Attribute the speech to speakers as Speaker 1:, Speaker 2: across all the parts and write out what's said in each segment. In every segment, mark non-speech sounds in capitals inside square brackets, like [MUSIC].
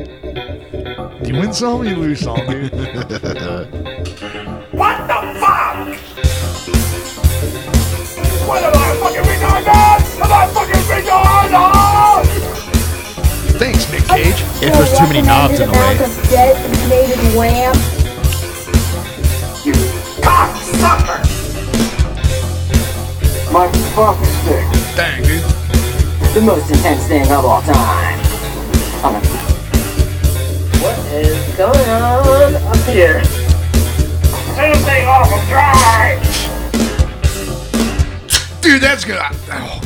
Speaker 1: You win some, you lose some,
Speaker 2: [LAUGHS]
Speaker 1: dude.
Speaker 3: What the fuck? What am I a fucking retarded? Am I a fucking retarded?
Speaker 1: Thanks, Nick Cage.
Speaker 2: If there's too many knobs in the way.
Speaker 3: You cocksucker!
Speaker 4: My fucking stick.
Speaker 1: Dang, dude.
Speaker 5: The most intense thing of all time. Oh, no.
Speaker 6: What is going on up here?
Speaker 3: Anything off of drive!
Speaker 1: Dude, that's good. I, oh.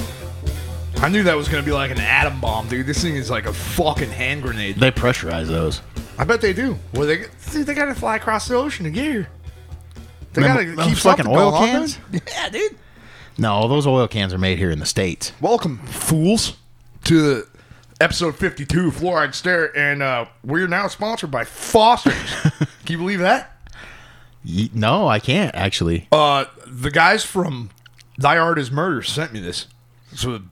Speaker 1: I knew that was gonna be like an atom bomb, dude. This thing is like a fucking hand grenade.
Speaker 2: They pressurize those.
Speaker 1: I bet they do. Well, they dude, they gotta fly across the ocean to get here. They
Speaker 2: Them-
Speaker 1: gotta
Speaker 2: them
Speaker 1: keep
Speaker 2: fucking
Speaker 1: something
Speaker 2: oil
Speaker 1: going on,
Speaker 2: cans?
Speaker 1: dude. Yeah, dude.
Speaker 2: No, those oil cans are made here in the states.
Speaker 1: Welcome, fools, to episode 52 of Fluoride Stare, and uh, we're now sponsored by
Speaker 2: [LAUGHS]
Speaker 1: Foster's. Can you believe that?
Speaker 2: Ye- No, I can't actually.
Speaker 1: Uh, the guys from Thy Art is Murder sent me this. So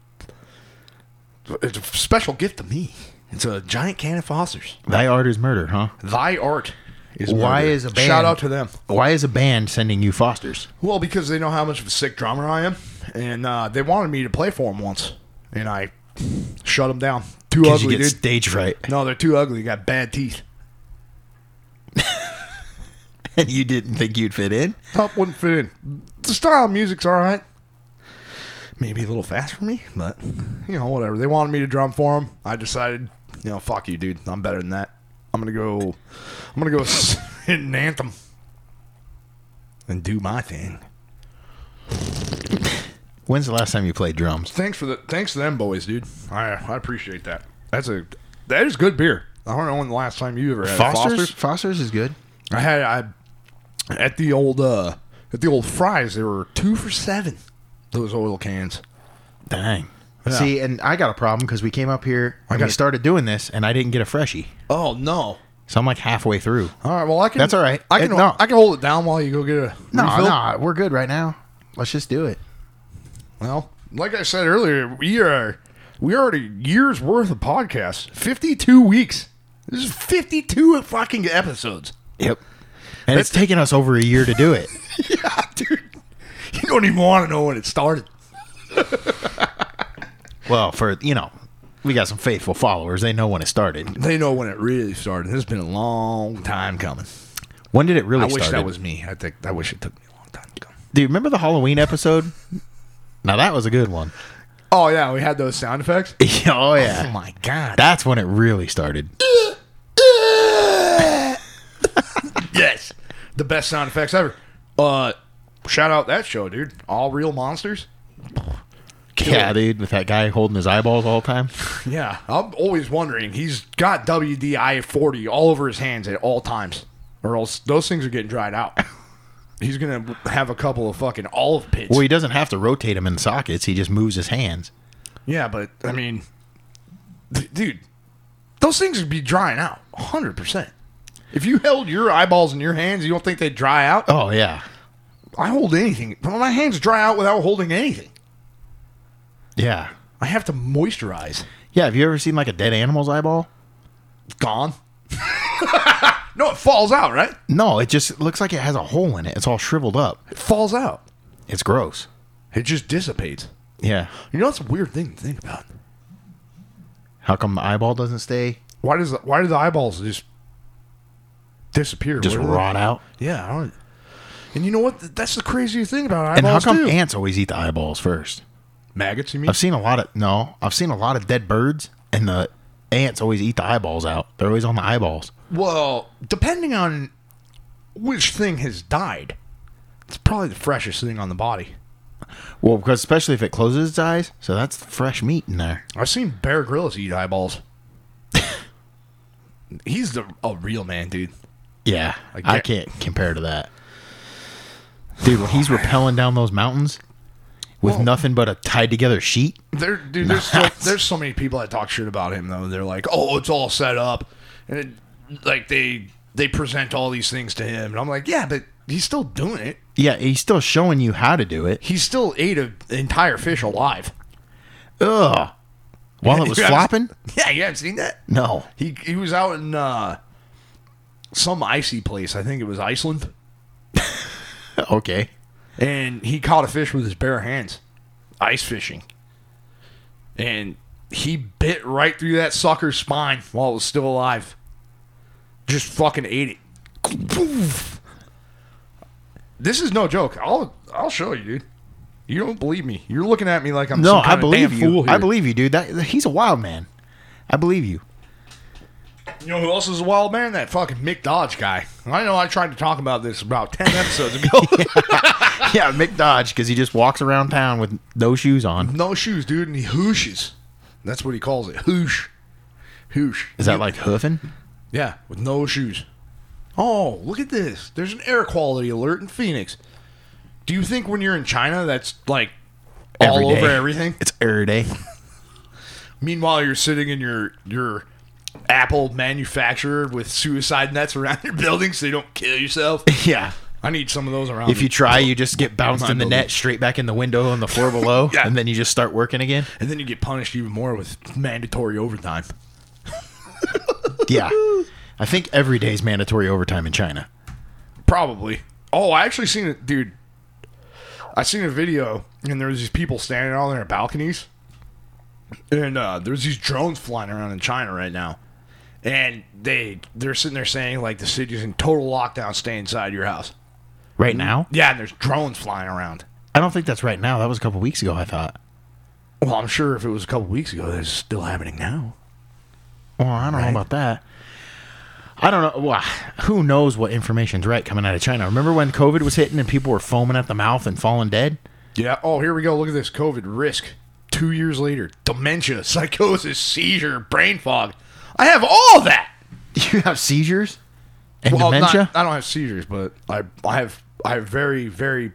Speaker 1: it's a special gift to me. It's a giant can of Foster's.
Speaker 2: Thy art is murder, huh?
Speaker 1: Thy Art is
Speaker 2: Why
Speaker 1: Murder.
Speaker 2: is a band
Speaker 1: Shout out to them.
Speaker 2: Why is a band sending you Fosters?
Speaker 1: Well, because they know how much of a sick drummer I am, and uh, they wanted me to play for them once, and I shut them down. Too
Speaker 2: Because you
Speaker 1: ugly,
Speaker 2: get
Speaker 1: dude.
Speaker 2: stage fright,
Speaker 1: no, they're too ugly. Got bad teeth.
Speaker 2: [LAUGHS] and you didn't think you'd fit in.
Speaker 1: Top wouldn't fit in. The style of music's all right. Maybe a little fast for me, but you know, whatever. They wanted me to drum for them. I decided, you know, fuck you, dude. I'm better than that. I'm gonna go. I'm gonna go [LAUGHS] s- hit an anthem and do my thing.
Speaker 2: When's the last time you played drums?
Speaker 1: Thanks for the thanks to them boys, dude. I I appreciate that. That's a that is good beer. I don't know when the last time you ever had Foster's.
Speaker 2: Uh, Fosters, Fosters is good.
Speaker 1: I had I at the old uh at the old fries. There were two for seven. Those oil cans.
Speaker 2: Dang.
Speaker 1: Yeah.
Speaker 2: See, and I got a problem because we came up here and
Speaker 1: got
Speaker 2: we
Speaker 1: a-
Speaker 2: started doing this, and I didn't get a freshie.
Speaker 1: Oh no.
Speaker 2: So I'm like halfway through.
Speaker 1: All right. Well, I can.
Speaker 2: That's all right.
Speaker 1: I can.
Speaker 2: It- no.
Speaker 1: I can hold it down while you go get a
Speaker 2: No,
Speaker 1: refill.
Speaker 2: no, we're good right now. Let's just do it.
Speaker 1: Well, like I said earlier, we are we already years worth of podcasts. Fifty two weeks. This is fifty two fucking episodes.
Speaker 2: Yep. And it's taken us over a year to do it.
Speaker 1: [LAUGHS] yeah, dude. You don't even want to know when it started.
Speaker 2: well, for you know, we got some faithful followers. They know when it started.
Speaker 1: They know when it really started. It's been a long time coming.
Speaker 2: When did it really
Speaker 1: I
Speaker 2: start?
Speaker 1: wish that was me. I think I wish it took me a long time to come.
Speaker 2: Dude, remember the Halloween episode? Now that was a good one. [LAUGHS]
Speaker 1: Oh yeah, we had those sound effects.
Speaker 2: oh yeah.
Speaker 1: my god.
Speaker 2: That's when it really [LAUGHS] started.
Speaker 1: yes. The best sound effects ever. Uh shout out that show, dude. All real monsters.
Speaker 2: Yeah, dude, with that guy holding his eyeballs all the time.
Speaker 1: Yeah. I'm always wondering. He's got WDI forty all over his hands at all times. Or else those things are getting dried out. He's gonna have a couple of fucking olive pits.
Speaker 2: Well, he doesn't have to rotate them in sockets. He just moves his hands.
Speaker 1: Yeah, but I mean, d- dude, those things would be drying out 100%. If you held your eyeballs in your hands, you don't think they'd dry out?
Speaker 2: Oh yeah,
Speaker 1: I hold anything. Well, My hands dry out without holding anything.
Speaker 2: yeah,
Speaker 1: I have to moisturize.
Speaker 2: yeah. Have you ever seen like a dead animal's eyeball?
Speaker 1: It's gone. [LAUGHS] no, it falls out, right?
Speaker 2: No, it just looks like it has a hole in it. It's all shriveled up.
Speaker 1: It falls out.
Speaker 2: It's gross.
Speaker 1: It just dissipates.
Speaker 2: Yeah.
Speaker 1: You know, that's a weird thing to think about.
Speaker 2: How come the eyeball doesn't stay?
Speaker 1: Why does the, why do the eyeballs just disappear?
Speaker 2: Just
Speaker 1: Where do they-
Speaker 2: rot out.
Speaker 1: Yeah, I don't. And you know what? That's the craziest thing about eyeballs
Speaker 2: And how come
Speaker 1: too.
Speaker 2: ants always eat the eyeballs first?
Speaker 1: Maggots, you mean?
Speaker 2: I've seen a lot of no. I've seen a lot of dead birds, and the ants always eat the eyeballs out. They're always on the eyeballs.
Speaker 1: Well, depending on which thing has died, it's probably the freshest thing on the body.
Speaker 2: Well, because especially if it closes its eyes, so that's fresh meat in there.
Speaker 1: I've seen Bear Grylls eat eyeballs. [LAUGHS] He's the a real man, dude.
Speaker 2: Yeah,
Speaker 1: Like
Speaker 2: I
Speaker 1: that-
Speaker 2: can't compare to that. Dude, when he's rappelling down those mountains with
Speaker 1: Well-
Speaker 2: nothing but a tied together sheet.
Speaker 1: There, dude. There's so, there's so many people that talk shit about him though. They're like, oh, it's all set up, and it, like they they present all these things to him, and I'm like, yeah, but he's still doing it.
Speaker 2: Yeah, he's still showing you how to do it.
Speaker 1: He still ate an entire fish alive.
Speaker 2: Ugh. [LAUGHS] While it was
Speaker 1: You haven't-
Speaker 2: flopping?
Speaker 1: [LAUGHS] Yeah, you haven't seen that?
Speaker 2: No.
Speaker 1: He he was out in uh, some icy place. I think it was Iceland,
Speaker 2: Okay.
Speaker 1: and he caught a fish with his bare hands, ice fishing, and he bit right through that sucker's spine while it was still alive. Just fucking ate it. Poof. This is no joke. I'll I'll show you, dude. You don't believe me. You're looking at me like I'm
Speaker 2: No,
Speaker 1: some kind
Speaker 2: I
Speaker 1: of
Speaker 2: believe
Speaker 1: damn
Speaker 2: you.
Speaker 1: fool here.
Speaker 2: I believe you, dude. That he's a wild man. I
Speaker 1: [LAUGHS]
Speaker 2: believe you.
Speaker 1: You know who else is a wild man? That fucking Mick Dodge guy. I know I tried to talk about this about 10 episodes ago.
Speaker 2: [LAUGHS]
Speaker 1: [LAUGHS]
Speaker 2: yeah, Mick Dodge, because he just walks around town with no shoes on.
Speaker 1: no shoes, dude, and he hooshes. That's what he calls it. Hoosh. Hoosh.
Speaker 2: Is that like hoofing?
Speaker 1: Yeah, with no shoes. Oh, look at this. There's an air quality alert in Phoenix. Do you think when you're in China, that's like all
Speaker 2: Every day.
Speaker 1: over everything?
Speaker 2: It's every day.
Speaker 1: Meanwhile, you're sitting in your your Apple manufacturer with suicide nets around your building so you don't kill yourself.
Speaker 2: [LAUGHS] yeah.
Speaker 1: I need some of those around.
Speaker 2: If
Speaker 1: me.
Speaker 2: you try, you just get bounced in the
Speaker 1: Unbelievable.
Speaker 2: net straight back in the window on the floor below,
Speaker 1: [LAUGHS] Yeah.
Speaker 2: and then you just start
Speaker 1: [LAUGHS]
Speaker 2: working again.
Speaker 1: And then you get punished even more with mandatory overtime.
Speaker 2: Yeah. I think every day's mandatory overtime in China.
Speaker 1: Probably. Oh, I actually seen it, dude. I seen a video, and there was these people standing out on their balconies, and uh, there's these drones flying around in China right now, and they they're sitting there saying like the city's in total lockdown, stay inside your house.
Speaker 2: Right now?
Speaker 1: Yeah, and there's drones flying around.
Speaker 2: I don't think that's right now. That was a couple weeks ago, I thought.
Speaker 1: Well, I'm sure if it was a couple weeks ago, that's still happening now.
Speaker 2: Well, I don't know about that. I don't know. Well, who knows what information's right coming out of China? Remember when COVID was hitting and people were foaming at the mouth and falling dead?
Speaker 1: Yeah. Oh, here we go. Look at this COVID risk. Two years later, dementia, [LAUGHS] psychosis, seizure, brain fog. I have all that.
Speaker 2: [LAUGHS] You have seizures and
Speaker 1: Well,
Speaker 2: dementia.
Speaker 1: Not, I don't have seizures, but I I have I have very very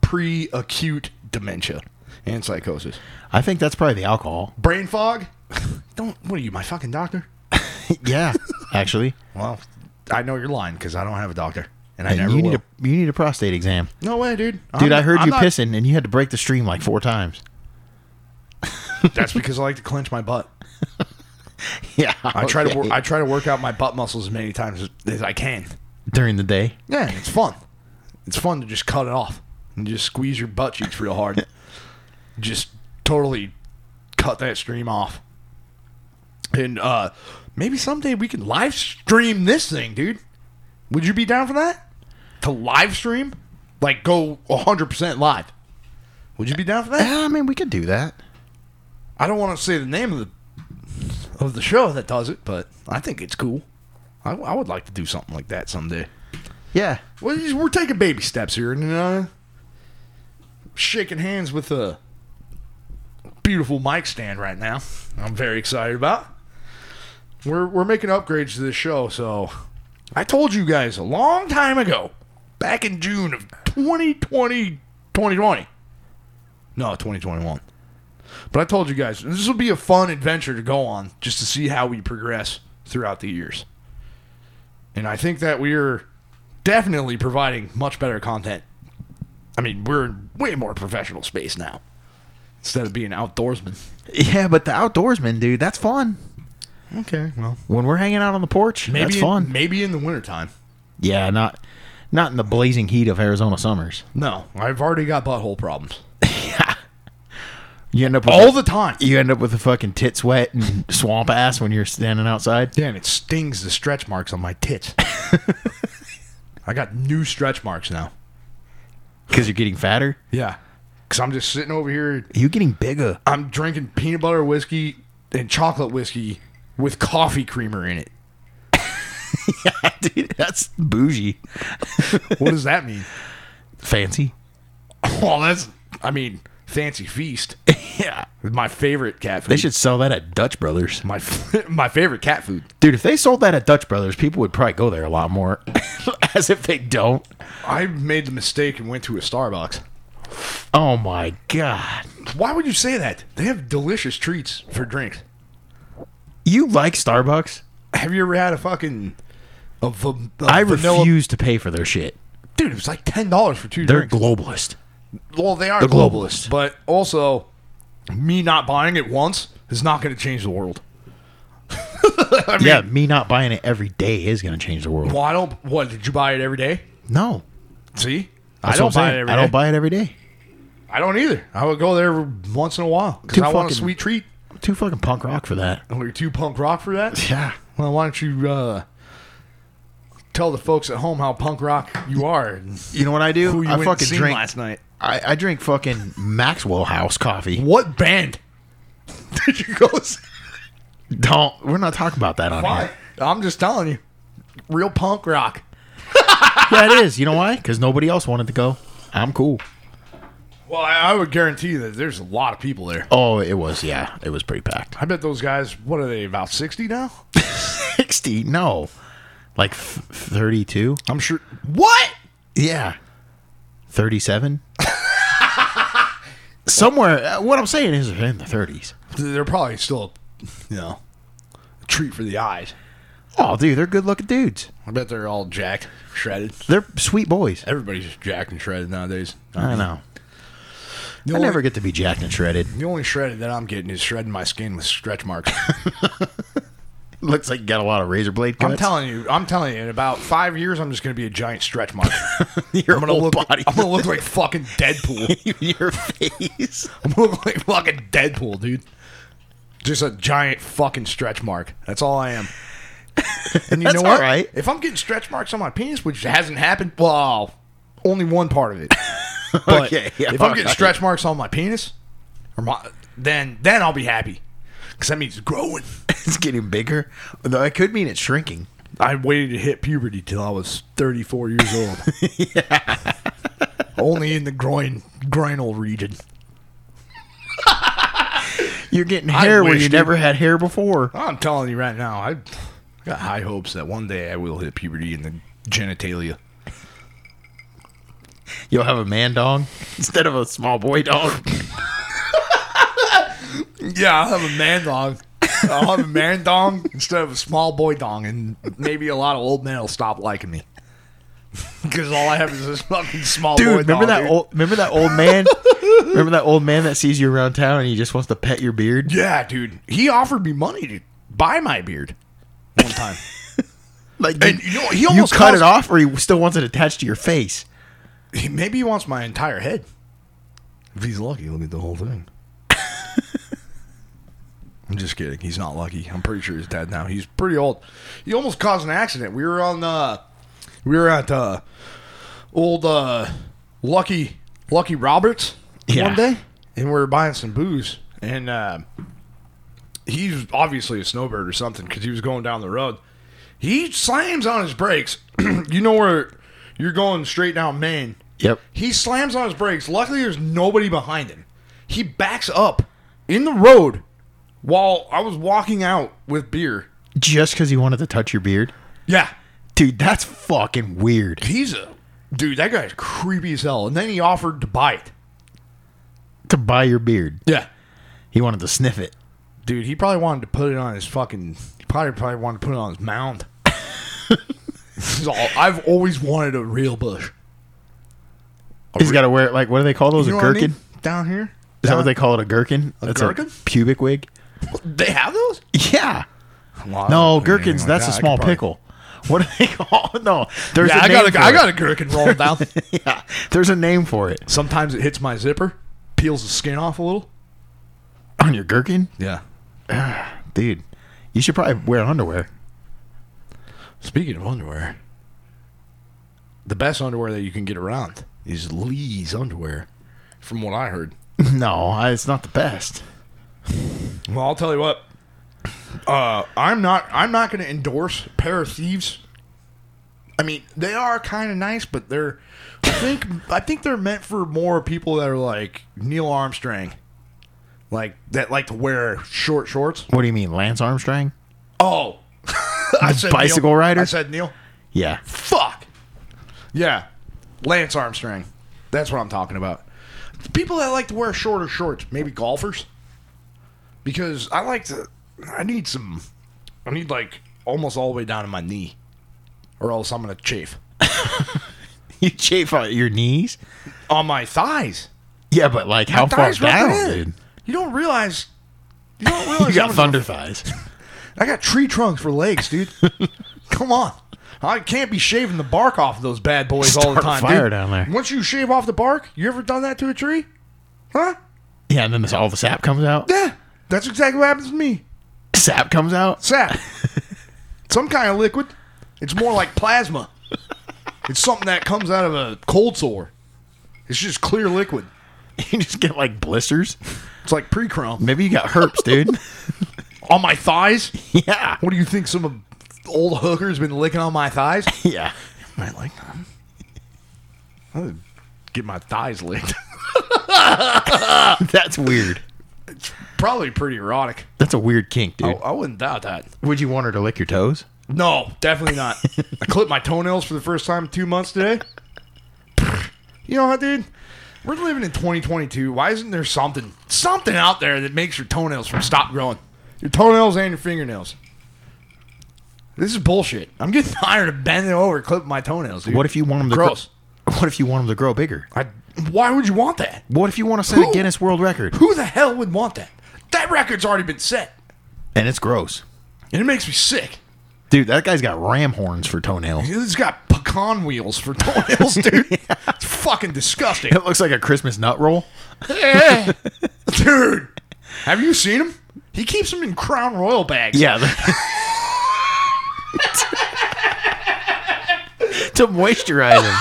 Speaker 1: pre-acute dementia and psychosis.
Speaker 2: I think that's probably the alcohol.
Speaker 1: Brain fog? [LAUGHS] don't. What are you, my fucking doctor?
Speaker 2: [LAUGHS] yeah, actually,
Speaker 1: Well, I know you're lying because I don't have a doctor, and I
Speaker 2: And
Speaker 1: never
Speaker 2: you need
Speaker 1: will.
Speaker 2: a you need a prostate exam,
Speaker 1: no way, dude.
Speaker 2: dude.
Speaker 1: I'm-
Speaker 2: I heard
Speaker 1: I'm
Speaker 2: you
Speaker 1: not-
Speaker 2: pissing and you had to break the stream like four times.
Speaker 1: That's because I like to clench my butt.
Speaker 2: [LAUGHS] Yeah,
Speaker 1: I try to wor- I try to work out my butt muscles as many times as, as I can.
Speaker 2: during the day.
Speaker 1: Yeah, and it's fun. It's fun to just cut it off and just squeeze your butt cheeks real hard. just totally cut that stream off. And uh maybe someday we can live stream this thing, dude. Would you be down for that? To live stream? Like go 100% live. Would you be down for that?
Speaker 2: Yeah, I mean, we could do that.
Speaker 1: I don't want to say the name of the of the show that does it, but I think it's cool. I, I would like to do something like that someday.
Speaker 2: Yeah,
Speaker 1: Well, these- we're taking baby steps here, and uh, shaking hands with a beautiful mic stand right now. I'm very excited about. We're we're making upgrades to this show, so I told you guys a long time ago, back in June of 2020, 2020. No, 2021. But I told you guys this will be a fun adventure to go on, just to see how we progress throughout the years. And I think that we're definitely providing much better content. I mean, we're in way more professional space now instead of being outdoorsmen.
Speaker 2: yeah, but the outdoorsman, dude, that's fun.
Speaker 1: Okay, well,
Speaker 2: When we're hanging out on the porch,
Speaker 1: maybe
Speaker 2: that's fun.
Speaker 1: In, maybe in the wintertime.
Speaker 2: yeah, not not in the blazing heat of Arizona summers.
Speaker 1: No, I've already got butthole problems
Speaker 2: You end up with
Speaker 1: all the time.
Speaker 2: you end up with a fucking tit sweat and [LAUGHS] swamp ass when you're standing outside.
Speaker 1: Damn, it stings the stretch marks on my [LAUGHS] tits. I got new stretch marks now.
Speaker 2: Because you're getting fatter.
Speaker 1: Yeah, because I'm just sitting over here.
Speaker 2: You're getting bigger. [LAUGHS]
Speaker 1: I'm drinking peanut butter whiskey and chocolate whiskey with coffee creamer in it.
Speaker 2: Dude, that's bougie.
Speaker 1: What does that mean?
Speaker 2: Fancy.
Speaker 1: [LAUGHS] Well, that's, I mean, fancy feast.
Speaker 2: [LAUGHS] Yeah.
Speaker 1: My favorite cat food.
Speaker 2: They should sell that at Dutch Brothers. [LAUGHS]
Speaker 1: My my favorite cat food.
Speaker 2: Dude, if they sold that at Dutch Brothers, people would probably go there a lot more. [LAUGHS] As if they don't.
Speaker 1: I made the mistake and went to a Starbucks.
Speaker 2: Oh my God.
Speaker 1: Why would you say that? They have delicious treats for drinks.
Speaker 2: You like Starbucks?
Speaker 1: Have you ever had a fucking a, va- a
Speaker 2: I
Speaker 1: vanilla-
Speaker 2: refuse to pay for their shit.
Speaker 1: Dude, it was like ten dollars for two
Speaker 2: They're
Speaker 1: drinks.
Speaker 2: globalist.
Speaker 1: well, they are
Speaker 2: they're
Speaker 1: globalist,
Speaker 2: globalist.
Speaker 1: but also me not buying it once is not going to change the world.
Speaker 2: yeah, me not buying it every day is going to change the world.
Speaker 1: Well, I don't. What did you buy it every day?
Speaker 2: No,
Speaker 1: See,
Speaker 2: That's
Speaker 1: I don't
Speaker 2: what I'm
Speaker 1: buy
Speaker 2: saying.
Speaker 1: it every
Speaker 2: I
Speaker 1: day.
Speaker 2: don't buy it every day.
Speaker 1: I don't either. I would go there once in a while because
Speaker 2: Too
Speaker 1: I want a
Speaker 2: fucking-
Speaker 1: sweet treat.
Speaker 2: I'm too fucking punk rock for that.
Speaker 1: Oh, you're too punk rock for that.
Speaker 2: Yeah.
Speaker 1: Well, why don't you uh, tell the folks at home how punk rock you are? and
Speaker 2: You know what I do?
Speaker 1: Who you
Speaker 2: I
Speaker 1: went and
Speaker 2: fucking
Speaker 1: seen
Speaker 2: drink.
Speaker 1: last night?
Speaker 2: I, I drink fucking Maxwell House coffee.
Speaker 1: What band [LAUGHS] did you go? See?
Speaker 2: Don't. We're not talking about that on
Speaker 1: Why? [LAUGHS]
Speaker 2: here.
Speaker 1: I'm just telling you, real punk rock.
Speaker 2: Yeah, it is. You know why? Because nobody else wanted to go. I'm cool.
Speaker 1: Well, I, I would guarantee that there's a lot of people there.
Speaker 2: Oh, it was. Yeah, it was
Speaker 1: [LAUGHS]
Speaker 2: pretty packed.
Speaker 1: I bet those guys. What are they? About sixty now?
Speaker 2: 60 no like f- 32
Speaker 1: I'm sure. What?
Speaker 2: yeah
Speaker 1: [LAUGHS]
Speaker 2: 37 somewhere uh, what i'm saying is they're in the 30s
Speaker 1: They're probably still, you know, a treat for the eyes.
Speaker 2: oh dude they're good looking dudes
Speaker 1: I bet they're all jacked, shredded.
Speaker 2: they're sweet boys
Speaker 1: Everybody's just jacked and shredded nowadays.
Speaker 2: i know
Speaker 1: The
Speaker 2: i
Speaker 1: only,
Speaker 2: never get to be jacked and shredded
Speaker 1: The only shredded that I'm getting is shredding my skin with stretch marks.
Speaker 2: looks like you got a lot of razor blade cuts.
Speaker 1: I'm telling you, I'm telling you, in about five years, I'm just going to be a giant stretch
Speaker 2: [LAUGHS]
Speaker 1: mark.
Speaker 2: your
Speaker 1: I'm gonna
Speaker 2: whole
Speaker 1: look.
Speaker 2: body
Speaker 1: I'm gonna look like fucking
Speaker 2: [LAUGHS]
Speaker 1: Deadpool. [LAUGHS]
Speaker 2: your face
Speaker 1: I'm gonna look like fucking Deadpool, dude. Just a giant fucking stretch mark. That's all
Speaker 2: [LAUGHS]
Speaker 1: I am. And you
Speaker 2: That's
Speaker 1: know what?
Speaker 2: all right.
Speaker 1: If I'm getting stretch marks on my penis, which hasn't happened, well, only one part
Speaker 2: [LAUGHS]
Speaker 1: of it. But
Speaker 2: Okay, yeah,
Speaker 1: if I'm
Speaker 2: all
Speaker 1: getting
Speaker 2: right.
Speaker 1: stretch marks on my penis, or my, then then I'll be happy because that means it's growing.
Speaker 2: [LAUGHS] it's getting bigger though it could mean it's shrinking
Speaker 1: I waited to hit puberty till I was 34 years [LAUGHS] old. Only in the groin groinal region.
Speaker 2: you're getting hair where
Speaker 1: wish,
Speaker 2: you
Speaker 1: dude.
Speaker 2: never had hair before
Speaker 1: I'm telling you right now, I got high hopes that one day I will hit puberty in the genitalia.
Speaker 2: you'll have a man dong [LAUGHS] instead of a small
Speaker 1: [LAUGHS]
Speaker 2: boy dog
Speaker 1: Yeah, I'll have a man dong. I'll have a [LAUGHS] man dong instead of a small boy dong, and maybe a lot of old men will stop liking me. [LAUGHS] Because all I have is this fucking small
Speaker 2: dude,
Speaker 1: boy
Speaker 2: remember
Speaker 1: dong,
Speaker 2: that
Speaker 1: dude.
Speaker 2: old remember that
Speaker 1: [LAUGHS]
Speaker 2: old man? remember that old man that sees you around town and he just wants to pet your beard?
Speaker 1: Yeah, dude. He offered me money to buy my beard one time.
Speaker 2: Like
Speaker 1: And
Speaker 2: you,
Speaker 1: you know, he almost
Speaker 2: cut
Speaker 1: calls-
Speaker 2: it off or he still wants it attached to your face.
Speaker 1: He, maybe he wants my entire head. If he's lucky, he'll get the whole thing. [LAUGHS] I'm just kidding. He's not lucky. I'm pretty sure he's dead now. He's pretty old. He almost caused an accident. We were on uh we were at uh old uh Lucky Lucky Roberts
Speaker 2: Yeah.
Speaker 1: one day and we were buying some booze and uh he's obviously a snowbird or something cuz he was going down the road. He slams on his brakes. [CLEARS THROAT] you know where you're going straight down Maine.
Speaker 2: Yep.
Speaker 1: He slams on his brakes. Luckily, there's nobody behind him. He backs up in the road while I was walking out with beer.
Speaker 2: Just because he wanted to touch your beard?
Speaker 1: Yeah.
Speaker 2: Dude, that's fucking weird.
Speaker 1: He's a dude. That guy's creepy as hell. And then he offered to buy it.
Speaker 2: To buy your beard.
Speaker 1: Yeah.
Speaker 2: He wanted to sniff it.
Speaker 1: Dude, he probably wanted to put it on his fucking. He probably probably wanted to put it on his
Speaker 2: [LAUGHS]
Speaker 1: mound. This is all- I've always wanted a real bush.
Speaker 2: He's gotta wear it like what do they call those?
Speaker 1: You know
Speaker 2: a
Speaker 1: what I mean?
Speaker 2: gherkin?
Speaker 1: down here.
Speaker 2: Is that what they call it? A gherkin? A
Speaker 1: gherkin?
Speaker 2: pubic
Speaker 1: [LAUGHS]
Speaker 2: wig?
Speaker 1: They have those?
Speaker 2: Yeah.
Speaker 1: Well, I don't
Speaker 2: No,
Speaker 1: think anything
Speaker 2: gherkins,
Speaker 1: like
Speaker 2: that's
Speaker 1: that.
Speaker 2: a
Speaker 1: I
Speaker 2: small
Speaker 1: could probably-
Speaker 2: pickle. [LAUGHS] What do they call No. There's
Speaker 1: Yeah,
Speaker 2: a
Speaker 1: I
Speaker 2: name
Speaker 1: got
Speaker 2: for
Speaker 1: a, I
Speaker 2: it.
Speaker 1: got a gherkin rolled
Speaker 2: [LAUGHS]
Speaker 1: down.
Speaker 2: yeah. There's a name for it.
Speaker 1: Sometimes it hits my zipper, peels the skin off a little.
Speaker 2: On your gherkin?
Speaker 1: Yeah.
Speaker 2: Dude, you should probably wear underwear. [LAUGHS]
Speaker 1: Speaking of underwear, the best underwear that you can get around is Lee's underwear, from what I heard.
Speaker 2: no, I- it's not the best.
Speaker 1: Well, I'll tell you what. Uh, I'm not. I'm not going to endorse pair of thieves. I mean, they are kind of nice, but they're. I think. I think they're meant for more people that are like Neil Armstrong, like that like to wear short shorts.
Speaker 2: What do you mean, Lance Armstrong?
Speaker 1: Oh, [LAUGHS] I said
Speaker 2: bicycle
Speaker 1: Neil.
Speaker 2: rider?
Speaker 1: I said Neil.
Speaker 2: Yeah. [LAUGHS]
Speaker 1: Fuck. Yeah, Lance Armstrong. That's what I'm talking about. People that like to wear shorter shorts, maybe golfers, because I like to. I need some. I need like almost all the way down to my knee, or else I'm gonna chafe
Speaker 2: You chafe on your knees?
Speaker 1: on my thighs.
Speaker 2: Yeah, but like how far
Speaker 1: thighs right
Speaker 2: down,
Speaker 1: there.
Speaker 2: dude?
Speaker 1: You don't realize You don't realize
Speaker 2: [LAUGHS] You
Speaker 1: how
Speaker 2: got
Speaker 1: much-
Speaker 2: thunder thighs.
Speaker 1: I got tree trunks for legs,
Speaker 2: [LAUGHS]
Speaker 1: dude. Come on. I can't be shaving the bark off of those bad boys all the
Speaker 2: Start
Speaker 1: time.
Speaker 2: a fire
Speaker 1: dude.
Speaker 2: down there.
Speaker 1: Once you shave off the bark, you ever done that to a tree? Huh?
Speaker 2: Yeah, and then this, all the sap comes out.
Speaker 1: Yeah. That's exactly what happens to me.
Speaker 2: [LAUGHS] Sap comes out. [LAUGHS]
Speaker 1: Sap. Some kind of liquid. It's more like plasma. It's something that comes out of a cold sore. It's just clear liquid.
Speaker 2: You just get like blisters.
Speaker 1: It's like pre crumb.
Speaker 2: Maybe you got herpes, dude.
Speaker 1: On my thighs?
Speaker 2: [LAUGHS] yeah.
Speaker 1: What do you think? Some old hooker's been licking on my thighs?
Speaker 2: Yeah.
Speaker 1: I like that. I'll get my thighs licked.
Speaker 2: [LAUGHS]
Speaker 1: [LAUGHS]
Speaker 2: That's weird.
Speaker 1: Probably pretty erotic.
Speaker 2: That's a weird kink,
Speaker 1: I,
Speaker 2: dude.
Speaker 1: I wouldn't doubt that.
Speaker 2: Oh, Would you want her to lick your toes?
Speaker 1: No, definitely not. I clipped my toenails for the first time in two months today. You know what, dude? We're living in 2022. Why isn't there something, something out there that makes your toenails from stop growing? Your toenails and your fingernails. This is bullshit. I'm getting [LAUGHS] tired of bending over, and clipping my toenails, dude.
Speaker 2: What if you want them to
Speaker 1: Gross.
Speaker 2: Grow, [LAUGHS] what if you want them to grow bigger?
Speaker 1: I, why would you want that?
Speaker 2: What if you want to set
Speaker 1: Who-
Speaker 2: a Guinness World Record?
Speaker 1: Who the hell would want that? That record's already been set,
Speaker 2: And it's gross.
Speaker 1: and it makes me sick.
Speaker 2: Dude, that guy's got ram horns for toenails.
Speaker 1: It's got pecan wheels for [LAUGHS] toenails, dude. It's fucking disgusting, [LAUGHS]
Speaker 2: [LAUGHS] It looks like a Christmas nut roll.
Speaker 1: dude. Have you seen him? He keeps them in Crown Royal bags.
Speaker 2: Yeah. [LAUGHS] to moisturize them.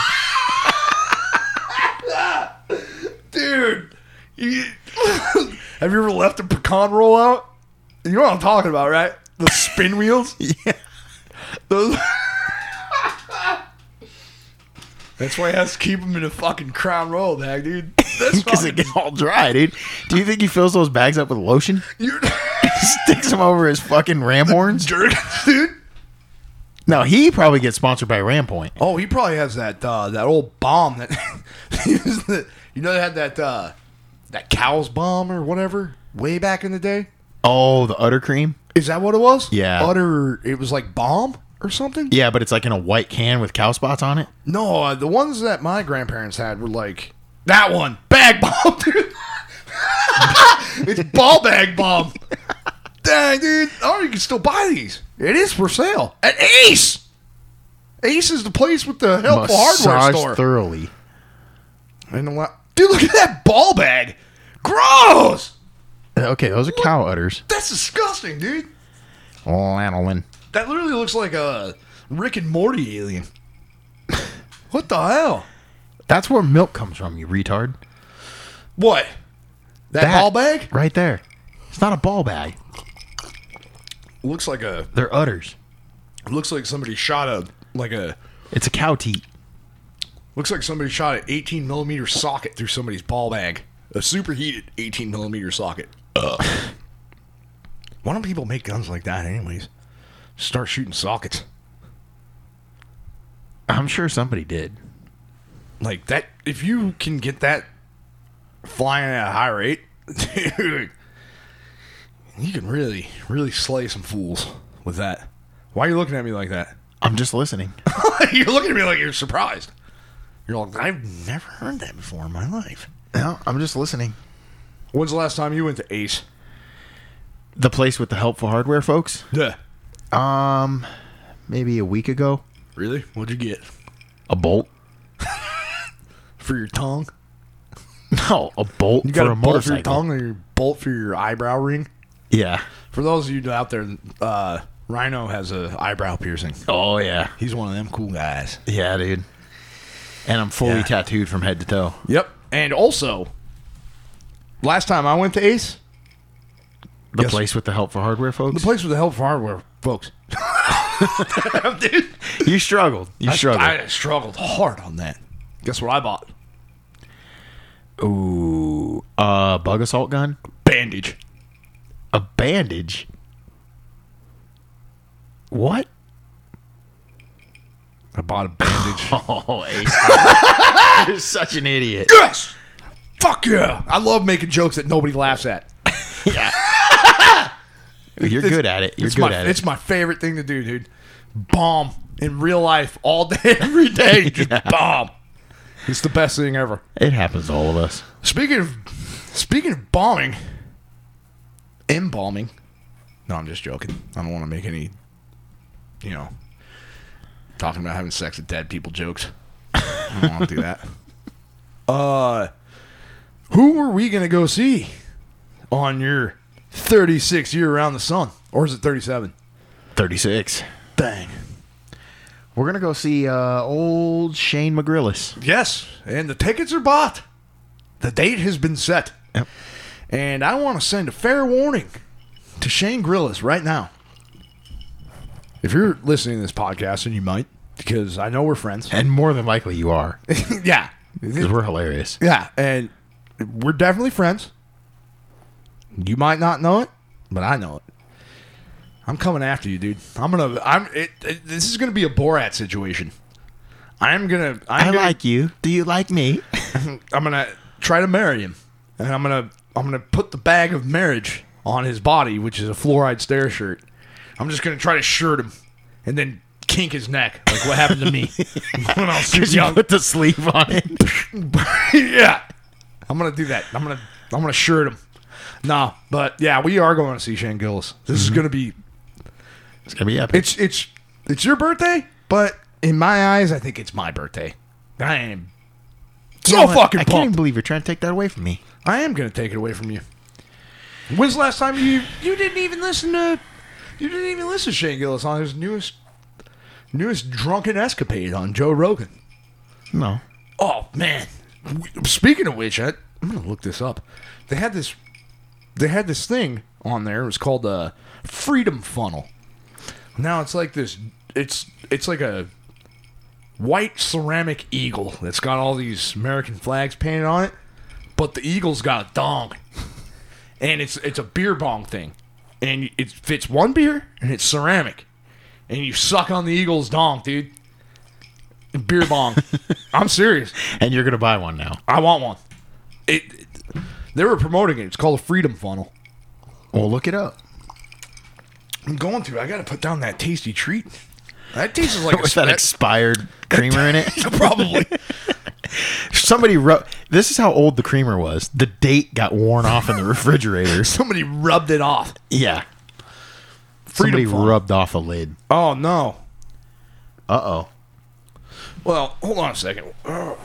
Speaker 1: dude. You- [LAUGHS] Have you ever left a pecan roll out? You know what I'm talking about, right? The
Speaker 2: [LAUGHS]
Speaker 1: spin wheels.
Speaker 2: Yeah.
Speaker 1: Those. [LAUGHS] That's why he has to keep them in a fucking Crown Royal bag, dude.
Speaker 2: [LAUGHS]
Speaker 1: That's
Speaker 2: Because it
Speaker 1: fucking. [LAUGHS]
Speaker 2: gets all dry, dude. Do you think he fills those bags up with lotion? [LAUGHS]
Speaker 1: [LAUGHS] You-
Speaker 2: Sticks them over his fucking ram horns?
Speaker 1: jerk, dude.
Speaker 2: No, he probably gets sponsored by Ram Point.
Speaker 1: Oh, he probably has that uh, that old bomb that [LAUGHS] you know they had that uh, that cow's bomb or whatever way back in the day.
Speaker 2: Oh, the udder cream?
Speaker 1: Is that what it was?
Speaker 2: Yeah.
Speaker 1: utter. It was like bomb or something.
Speaker 2: Yeah, but it's like in a white can with cow spots on it.
Speaker 1: No, uh, the ones that my grandparents had were like that one bag bomb, dude. [LAUGHS] it's ball bag
Speaker 2: [LAUGHS]
Speaker 1: bomb. Dang, dude. Oh, you can still buy these. It is for sale at Ace. Ace is the place with the helpful hardware
Speaker 2: Massage
Speaker 1: store.
Speaker 2: thoroughly.
Speaker 1: And a lot. Dude, look at that ball bag. Gross.
Speaker 2: Okay, those are cow udders.
Speaker 1: That's disgusting, dude.
Speaker 2: Lanolin.
Speaker 1: That literally looks like a Rick and Morty alien. [LAUGHS] what the hell?
Speaker 2: That's where milk comes from, you retard.
Speaker 1: What? That, ball bag
Speaker 2: Right there. It's not a ball bag.
Speaker 1: looks like a
Speaker 2: They're udders.
Speaker 1: looks like somebody shot a like a
Speaker 2: It's a cow teat.
Speaker 1: looks like somebody shot an 18 millimeter socket through somebody's ball bag. A superheated 18 millimeter socket. Ugh. [LAUGHS] Why don't people make guns like that, anyways? Start shooting sockets.
Speaker 2: I'm sure somebody did.
Speaker 1: Like that, if you can get that flying at a high rate, [LAUGHS] dude, you can really, really slay some fools with that. Why are you looking at me like that? [LAUGHS]
Speaker 2: I'm just listening.
Speaker 1: you're looking at me like you're surprised. You're like, I've never heard that before in my life.
Speaker 2: no, I'm just listening.
Speaker 1: When's the last time you went to Ace?
Speaker 2: The place with the helpful hardware, folks.
Speaker 1: Yeah.
Speaker 2: Um, maybe a week ago.
Speaker 1: Really? What'd you get?
Speaker 2: A bolt? [LAUGHS]
Speaker 1: For your tongue?
Speaker 2: No, a bolt
Speaker 1: You got
Speaker 2: for
Speaker 1: a,
Speaker 2: a,
Speaker 1: bolt for your
Speaker 2: motorcycle.
Speaker 1: tongue or your bolt for your eyebrow ring?
Speaker 2: yeah.
Speaker 1: For those of you out there, uh, Rhino has a eyebrow piercing.
Speaker 2: Oh yeah.
Speaker 1: He's one of them cool guys.
Speaker 2: Yeah, dude. And I'm fully
Speaker 1: Yeah.
Speaker 2: tattooed from head to toe.
Speaker 1: Yep. And also, last time I went to Ace,
Speaker 2: The
Speaker 1: Yes.
Speaker 2: place with the helpful hardware,
Speaker 1: the
Speaker 2: folks.
Speaker 1: place with the help for hardware, folks. [LAUGHS] Dude,
Speaker 2: you struggled. You
Speaker 1: I,
Speaker 2: struggled.
Speaker 1: I struggled hard on that. Guess what I bought?
Speaker 2: Ooh, a bug assault gun,
Speaker 1: Bandage.
Speaker 2: a bandage. What? [LAUGHS]
Speaker 1: I bought a bandage.
Speaker 2: Oh, Ace. [LAUGHS] you're such an idiot.
Speaker 1: [LAUGHS] yes. Fuck yeah! I love making jokes that nobody laughs at.
Speaker 2: You're
Speaker 1: It's-
Speaker 2: good at it. You're
Speaker 1: it's
Speaker 2: good
Speaker 1: my,
Speaker 2: at
Speaker 1: It's
Speaker 2: it.
Speaker 1: my favorite thing to do, dude. Bomb in real life all day, [LAUGHS] every day. Just bomb. It's the best thing ever.
Speaker 2: It happens to all of us.
Speaker 1: Speaking of speaking of bombing, embalming. No, I'm just joking. I don't want to make any, you know, talking about having sex with dead people jokes. I don't want to do that. [LAUGHS] Uh, who are we going to go see on your 36 year around the sun? Or is it 37?
Speaker 2: 36.
Speaker 1: Dang.
Speaker 2: We're going to go see uh, old Shane McGrillis.
Speaker 1: Yes, and the tickets are bought. The date has been set.
Speaker 2: Yep.
Speaker 1: And I want to send a fair warning to Shane Grillis right now. If you're listening to this podcast, and you might, because I know we're
Speaker 2: [LAUGHS]
Speaker 1: friends.
Speaker 2: And more than likely you are,
Speaker 1: yeah.
Speaker 2: because we're hilarious.
Speaker 1: Yeah. And we're definitely friends. You might not know it, but I know it. I'm coming after you, dude. I'm gonna. I'm. It, it- this is gonna be a Borat situation. I'm gonna. I'm
Speaker 2: I
Speaker 1: gonna,
Speaker 2: like you. Do you like [LAUGHS] me?
Speaker 1: I'm gonna try to marry him, and I'm gonna I'm gonna put the bag of marriage on his body, which is a fluoride stare shirt. I'm just gonna try to shirt him, and then kink his neck, like what happened to me [LAUGHS] when I was too
Speaker 2: Because you
Speaker 1: young.
Speaker 2: put the sleeve on it.
Speaker 1: [LAUGHS] yeah, I'm gonna do that. I'm gonna I'm gonna shirt him. Nah, but yeah, we are going to see Shane Gillis. This
Speaker 2: Mm-hmm.
Speaker 1: is gonna be
Speaker 2: It's going to be epic.
Speaker 1: it's it's it's your birthday, but in my eyes, I think it's my birthday. I am so
Speaker 2: You know what?
Speaker 1: fucking
Speaker 2: I
Speaker 1: pumped.
Speaker 2: can't even believe you're trying to take that away from me.
Speaker 1: I am gonna take it away from you. When's the last time you you didn't even listen to you didn't even listen to Shane Gillis on his newest newest drunken escapade on Joe Rogan?
Speaker 2: No.
Speaker 1: Oh man! W- Speaking of which, I, I'm gonna look this up. They had this they had this thing on there. It was called a Freedom Funnel. Now it's like this. It's it's like a white ceramic eagle that's got all these American flags painted on it, but the eagle's got a dong, and it's it's a beer bong thing, and it fits one beer and it's ceramic, and you suck on the eagle's dong, dude. Beer bong. I'm serious.
Speaker 2: And you're going to buy one now.
Speaker 1: I want one. It, it- they were promoting it. It's called a Freedom Funnel.
Speaker 2: Well, look it up.
Speaker 1: I'm going to. I got to put down that tasty treat. That
Speaker 2: [LAUGHS]
Speaker 1: tastes like a
Speaker 2: With that
Speaker 1: spe-
Speaker 2: [LAUGHS] expired creamer in it.
Speaker 1: probably.
Speaker 2: Somebody wrote. This is how old the creamer was. The date got worn off in the [LAUGHS] refrigerator.
Speaker 1: Somebody rubbed it off.
Speaker 2: yeah.
Speaker 1: Freedom
Speaker 2: Somebody
Speaker 1: Funnel.
Speaker 2: rubbed off a lid.
Speaker 1: oh no.
Speaker 2: Uh oh.
Speaker 1: Well, hold on a second. Oh.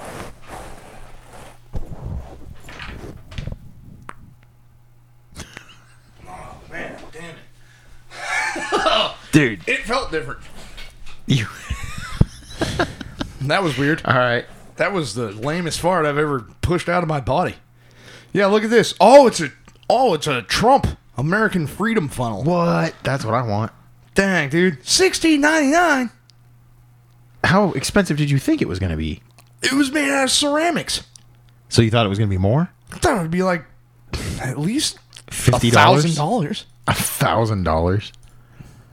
Speaker 1: Oh, man, damn it.
Speaker 2: Dude.
Speaker 1: It felt different.
Speaker 2: You,
Speaker 1: That was weird.
Speaker 2: [LAUGHS] all right.
Speaker 1: That was the lamest fart I've ever pushed out of my body. Yeah, look at this. Oh, it's a oh, it's a Trump American Freedom Funnel.
Speaker 2: What? That's what I want.
Speaker 1: Dang, dude, sixteen ninety nine.
Speaker 2: How expensive did you think it was going to be?
Speaker 1: It was made out of ceramics.
Speaker 2: So you thought it was going to be more?
Speaker 1: I thought it'd be like at least
Speaker 2: Fifty
Speaker 1: thousand
Speaker 2: dollars.
Speaker 1: dollars.
Speaker 2: A thousand dollars.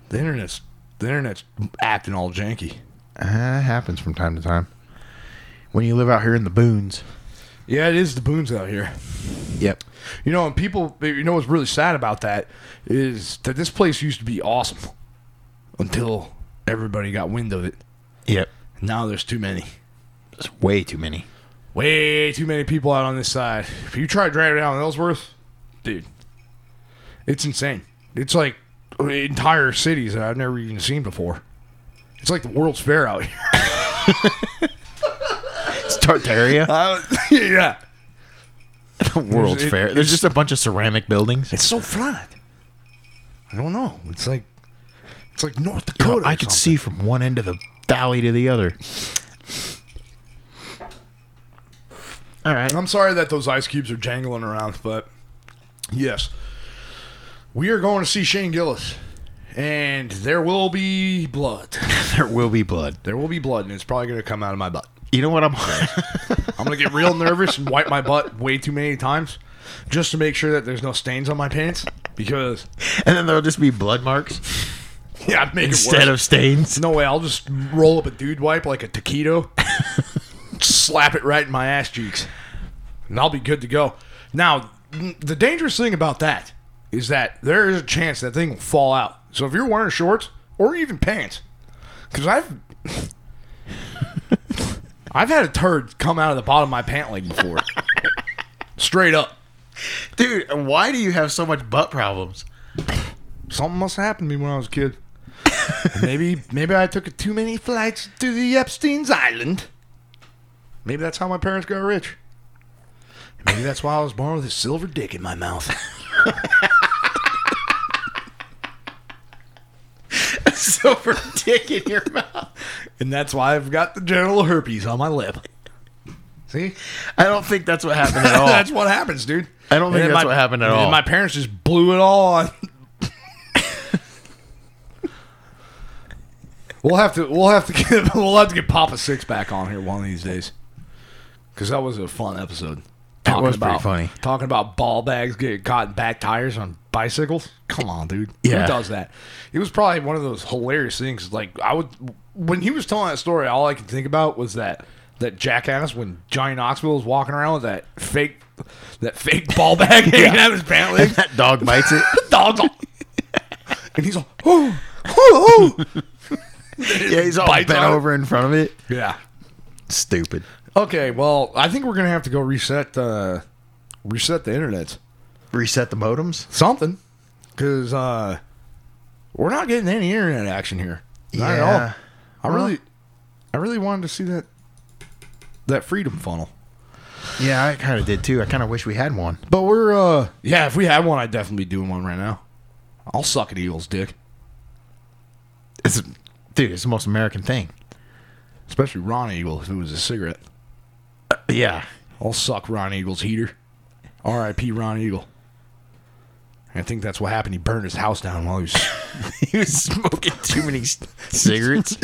Speaker 1: The internet's the internet's acting all janky.
Speaker 2: That Uh, happens from time to time. When you live out here in the boons.
Speaker 1: Yeah, it is the boons out here.
Speaker 2: Yep.
Speaker 1: You know, and people, you know what's really sad about that is that this place used to be awesome until everybody got wind of it.
Speaker 2: Yep.
Speaker 1: Now there's too many.
Speaker 2: That's way too many.
Speaker 1: Way too many people out on this side. If you try to drive down Ellsworth, dude, it's insane. It's like entire cities that I've never even seen before. It's like the World's Fair out here.
Speaker 2: It's Tartaria.
Speaker 1: [LAUGHS] yeah.
Speaker 2: [LAUGHS] the World's
Speaker 1: it-
Speaker 2: Fair. There's just a bunch of ceramic buildings.
Speaker 1: It's so flat. I don't know. It's like it's like North
Speaker 2: You know,
Speaker 1: Dakota.
Speaker 2: I could see from one end of the valley to the other. All right.
Speaker 1: I'm sorry that those ice cubes are jangling around, but yes. We are going to see Shane Gillis. And there will be blood.
Speaker 2: [LAUGHS] There will be blood.
Speaker 1: There will be blood, and it's probably going to come out of my butt.
Speaker 2: You know what I'm [LAUGHS]
Speaker 1: I'm gonna get real nervous and wipe my butt way too many times, just to make sure that there's no stains on my pants. Because [LAUGHS]
Speaker 2: And then there'll just be blood marks
Speaker 1: yeah, I'd make
Speaker 2: instead
Speaker 1: it
Speaker 2: of
Speaker 1: worse.
Speaker 2: stains.
Speaker 1: no way. I'll just roll up a dude wipe like a taquito, slap it right in my ass cheeks, and I'll be good to go. Now, n- the dangerous thing about that is that there is a chance that thing will fall out. So if you're wearing shorts or even pants, because I've [LAUGHS] I've had a turd come out of the bottom of my pant leg before, straight up.
Speaker 2: Dude, why do you have so much butt problems? [LAUGHS]
Speaker 1: Something must have happened to me when I was a kid. [LAUGHS] maybe maybe I took too many flights to the Epstein's Island. Maybe that's how my parents got rich. Maybe that's why I was born with a silver dick in my mouth.
Speaker 2: Silver dick in your [LAUGHS] mouth.
Speaker 1: [LAUGHS] and that's why I've got the genital herpes on my lip. See?
Speaker 2: I don't think [LAUGHS] that's what
Speaker 1: [LAUGHS]
Speaker 2: happened at all.
Speaker 1: that's what happens, dude.
Speaker 2: I don't think
Speaker 1: And then
Speaker 2: that's what happened at
Speaker 1: and then
Speaker 2: all.
Speaker 1: My parents just blew it all
Speaker 2: [LAUGHS]
Speaker 1: on. we'll have to we'll have to get [LAUGHS] we'll have to get Papa Six back on here one of these days. Cause that was a fun episode. Talking
Speaker 2: was pretty
Speaker 1: about,
Speaker 2: funny.
Speaker 1: Talking about ball bags getting caught in back tires on bicycles. Come on, dude.
Speaker 2: Yeah.
Speaker 1: Who does that? It was probably one of those hilarious things. Like I would when he was telling that story, all I could think about was that that jackass when Johnny Knoxville was walking around with that fake that fake ball bag hanging out of his pant leg.
Speaker 2: [LAUGHS] that dog bites it.
Speaker 1: Dog's all, and he's like, oh, oh, oh.
Speaker 2: yeah, he's all
Speaker 1: Bites
Speaker 2: bent
Speaker 1: on it.
Speaker 2: over in front of it.
Speaker 1: [LAUGHS] yeah.
Speaker 2: Stupid.
Speaker 1: Okay, well, I think we're gonna have to go reset the reset the internet.
Speaker 2: Reset the modems.
Speaker 1: something because uh, we're not getting any internet action here. Not at all. I really, I really wanted to see that that freedom funnel.
Speaker 2: Yeah, I kind of did too. I kind of wish we had one.
Speaker 1: But we're uh, yeah. If we had one, I'd definitely be doing one right now. I'll suck at Eagles' dick,
Speaker 2: It's, dude, it's the most American thing.
Speaker 1: especially Ron Eagle if it was a cigarette.
Speaker 2: Yeah. [LAUGHS]
Speaker 1: I'll suck Ron Eagle's heater. R.I.P. Ron Eagle. I think that's what happened. He burned his house down while he was
Speaker 2: he was smoking too many c-
Speaker 1: [LAUGHS]
Speaker 2: cigarettes.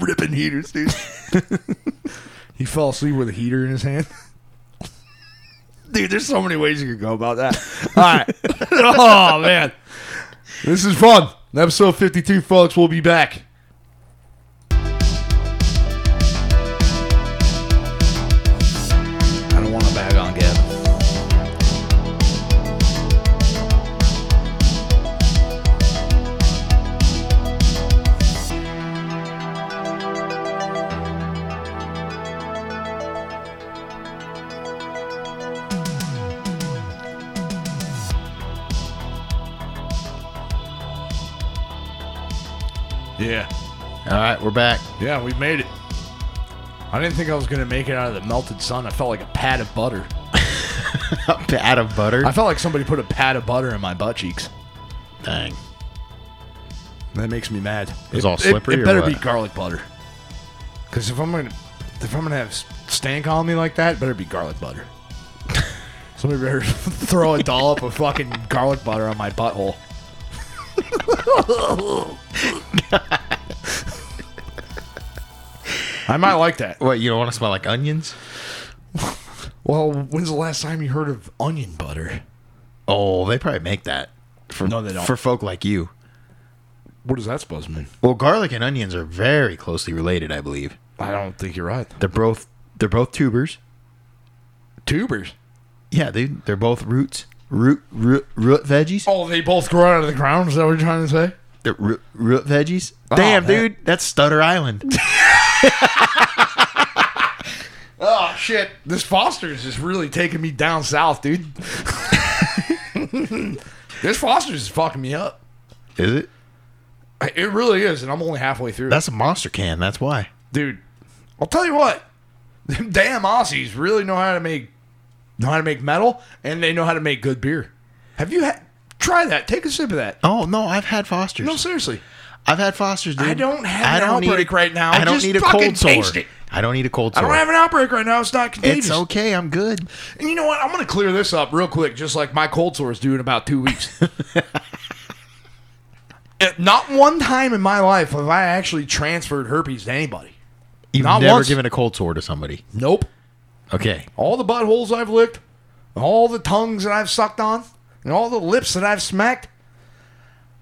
Speaker 1: ripping heaters, dude. [LAUGHS] he fell asleep with a heater in his hand. Dude, there's so many ways you could go about [LAUGHS] that. All right. oh, man. This is fun. Episode 52, folks. We'll be back. I don't want to bag on Gavin. Yeah.
Speaker 2: All right, we're [LAUGHS] back.
Speaker 1: Yeah, we made it. I didn't think I was going to make it out of the melted sun. I felt like a pat of butter.
Speaker 2: Out of butter.
Speaker 1: I felt like somebody put a pat of butter in my butt cheeks.
Speaker 2: Dang.
Speaker 1: That makes me mad. It
Speaker 2: was all slippery
Speaker 1: It,
Speaker 2: or
Speaker 1: better
Speaker 2: what?
Speaker 1: be garlic butter. Because if I'm gonna if I'm gonna have s- stank on me like that, it better be garlic butter. [LAUGHS] Somebody better [LAUGHS] throw a dollop of fucking garlic butter on my butthole. I might like that.
Speaker 2: What, you don't want to smell like onions?
Speaker 1: Well, when's the last time you heard of onion butter?
Speaker 2: Oh, they probably make that. For,
Speaker 1: No, they don't.
Speaker 2: For folk like you.
Speaker 1: What is that supposed to mean?
Speaker 2: Well, garlic and onions are very closely related, I believe.
Speaker 1: I don't think you're right.
Speaker 2: They're both they're both tubers.
Speaker 1: Tubers.
Speaker 2: Yeah, dude, they're both roots. Root root root veggies.
Speaker 1: Oh, they both grow out of the ground. Is that what you're trying to say?
Speaker 2: They're root, root veggies. Damn,
Speaker 1: man.
Speaker 2: dude, that's
Speaker 1: [LAUGHS]
Speaker 2: Stutter Island.
Speaker 1: Oh shit! This Foster's is really taking me down south, dude. [LAUGHS] this Foster's is fucking me up.
Speaker 2: Is it?
Speaker 1: I- It really is, and I'm only halfway through.
Speaker 2: That's a monster can. That's why.
Speaker 1: dude. I'll tell you what. Them damn Aussies really know how to make know how to make metal, and they know how to make good beer. Have you had? Try that. Take a sip of that.
Speaker 2: Oh no, I've had Foster's.
Speaker 1: No, seriously.
Speaker 2: I've had Foster's. Dude.
Speaker 1: I don't have an outbreak
Speaker 2: a-
Speaker 1: right now.
Speaker 2: I don't
Speaker 1: Just
Speaker 2: need a
Speaker 1: fucking
Speaker 2: cold sore.
Speaker 1: taste it.
Speaker 2: I don't need a cold
Speaker 1: I
Speaker 2: sore.
Speaker 1: don't have an outbreak right now. It's not contagious.
Speaker 2: it's okay. I'm good.
Speaker 1: And you know what? I'm going to clear this up real quick, just like my cold sores do in about two weeks. Uh, Not one time in my life have I actually transferred herpes to anybody.
Speaker 2: You've
Speaker 1: Not
Speaker 2: never
Speaker 1: once.
Speaker 2: given a cold sore to somebody.
Speaker 1: Nope.
Speaker 2: Okay. [LAUGHS]
Speaker 1: All the buttholes I've licked, all the tongues that I've sucked on, and all the lips that I've smacked,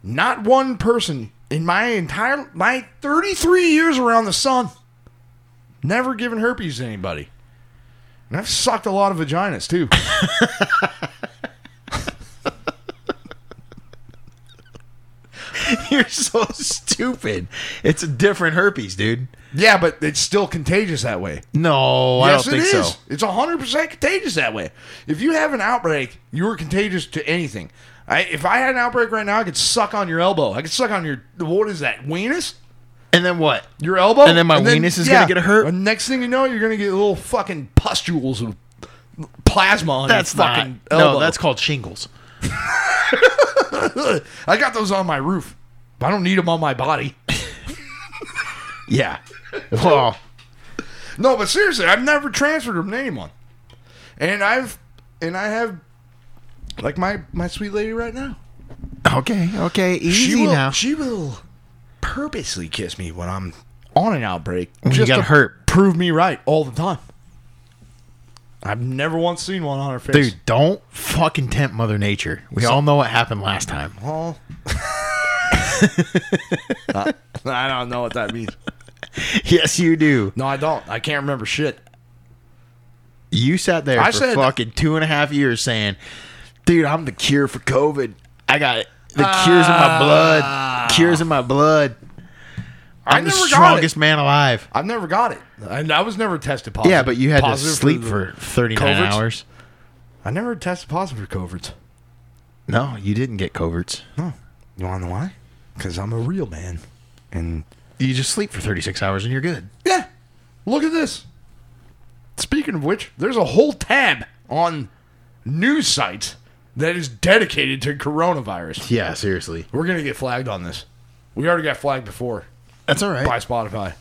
Speaker 1: not one person in my entire my 33 years around the sun never given herpes to anybody. And I've sucked a lot of vaginas too.
Speaker 2: You're so stupid. It's a different herpes, dude.
Speaker 1: Yeah, but it's still contagious that way.
Speaker 2: No, I
Speaker 1: yes,
Speaker 2: don't
Speaker 1: it
Speaker 2: think
Speaker 1: is.
Speaker 2: so.
Speaker 1: It's 100% contagious that way. If you have an outbreak, you are contagious to anything. I, if I had an outbreak right now, I could suck on your elbow. I could suck on your, what is that, weenus?
Speaker 2: And then what?
Speaker 1: Your elbow?
Speaker 2: And then my weenus is gonna get hurt?
Speaker 1: And next thing you know, you're going to get little fucking pustules of plasma on
Speaker 2: That's
Speaker 1: your
Speaker 2: not.
Speaker 1: fucking elbow.
Speaker 2: No, that's called shingles.
Speaker 1: I got those on my roof. But I don't need them on my body.
Speaker 2: [LAUGHS] Yeah. well,
Speaker 1: No, but seriously, I've never transferred them to anyone. And I've, and I have, like my, my sweet lady right now.
Speaker 2: okay, okay, easy
Speaker 1: she will,
Speaker 2: now.
Speaker 1: She will purposely kiss me when I'm on an outbreak.
Speaker 2: you got hurt.
Speaker 1: Prove me right all the time. I've never once seen one on her face.
Speaker 2: Dude, don't fucking tempt Mother Nature. We all know what happened last time.
Speaker 1: Well, [LAUGHS] I don't know what that means.
Speaker 2: [LAUGHS] yes, you do.
Speaker 1: No, I don't. I can't remember shit.
Speaker 2: You sat there
Speaker 1: I
Speaker 2: for
Speaker 1: said-
Speaker 2: fucking two and a half years saying, "Dude, I'm the cure for COVID. I got the cures in my blood. Cures in my blood.
Speaker 1: I
Speaker 2: I'm the
Speaker 1: never got it.
Speaker 2: strongest man alive."
Speaker 1: I've never got it. And I was never tested positive.
Speaker 2: Yeah, but you had to
Speaker 1: positive
Speaker 2: sleep
Speaker 1: the-
Speaker 2: for 39
Speaker 1: coverts.
Speaker 2: hours.
Speaker 1: I never tested positive for coverts.
Speaker 2: No, you didn't get coverts.
Speaker 1: You want to know why? Because I'm a real man. And
Speaker 2: You just sleep for 36 hours and you're good.
Speaker 1: Yeah. Look at this. Speaking of which, there's a whole tab on news sites that is dedicated to coronavirus.
Speaker 2: Yeah, seriously.
Speaker 1: We're going to get flagged on this. We already got flagged before
Speaker 2: That's all
Speaker 1: by
Speaker 2: right.
Speaker 1: Spotify.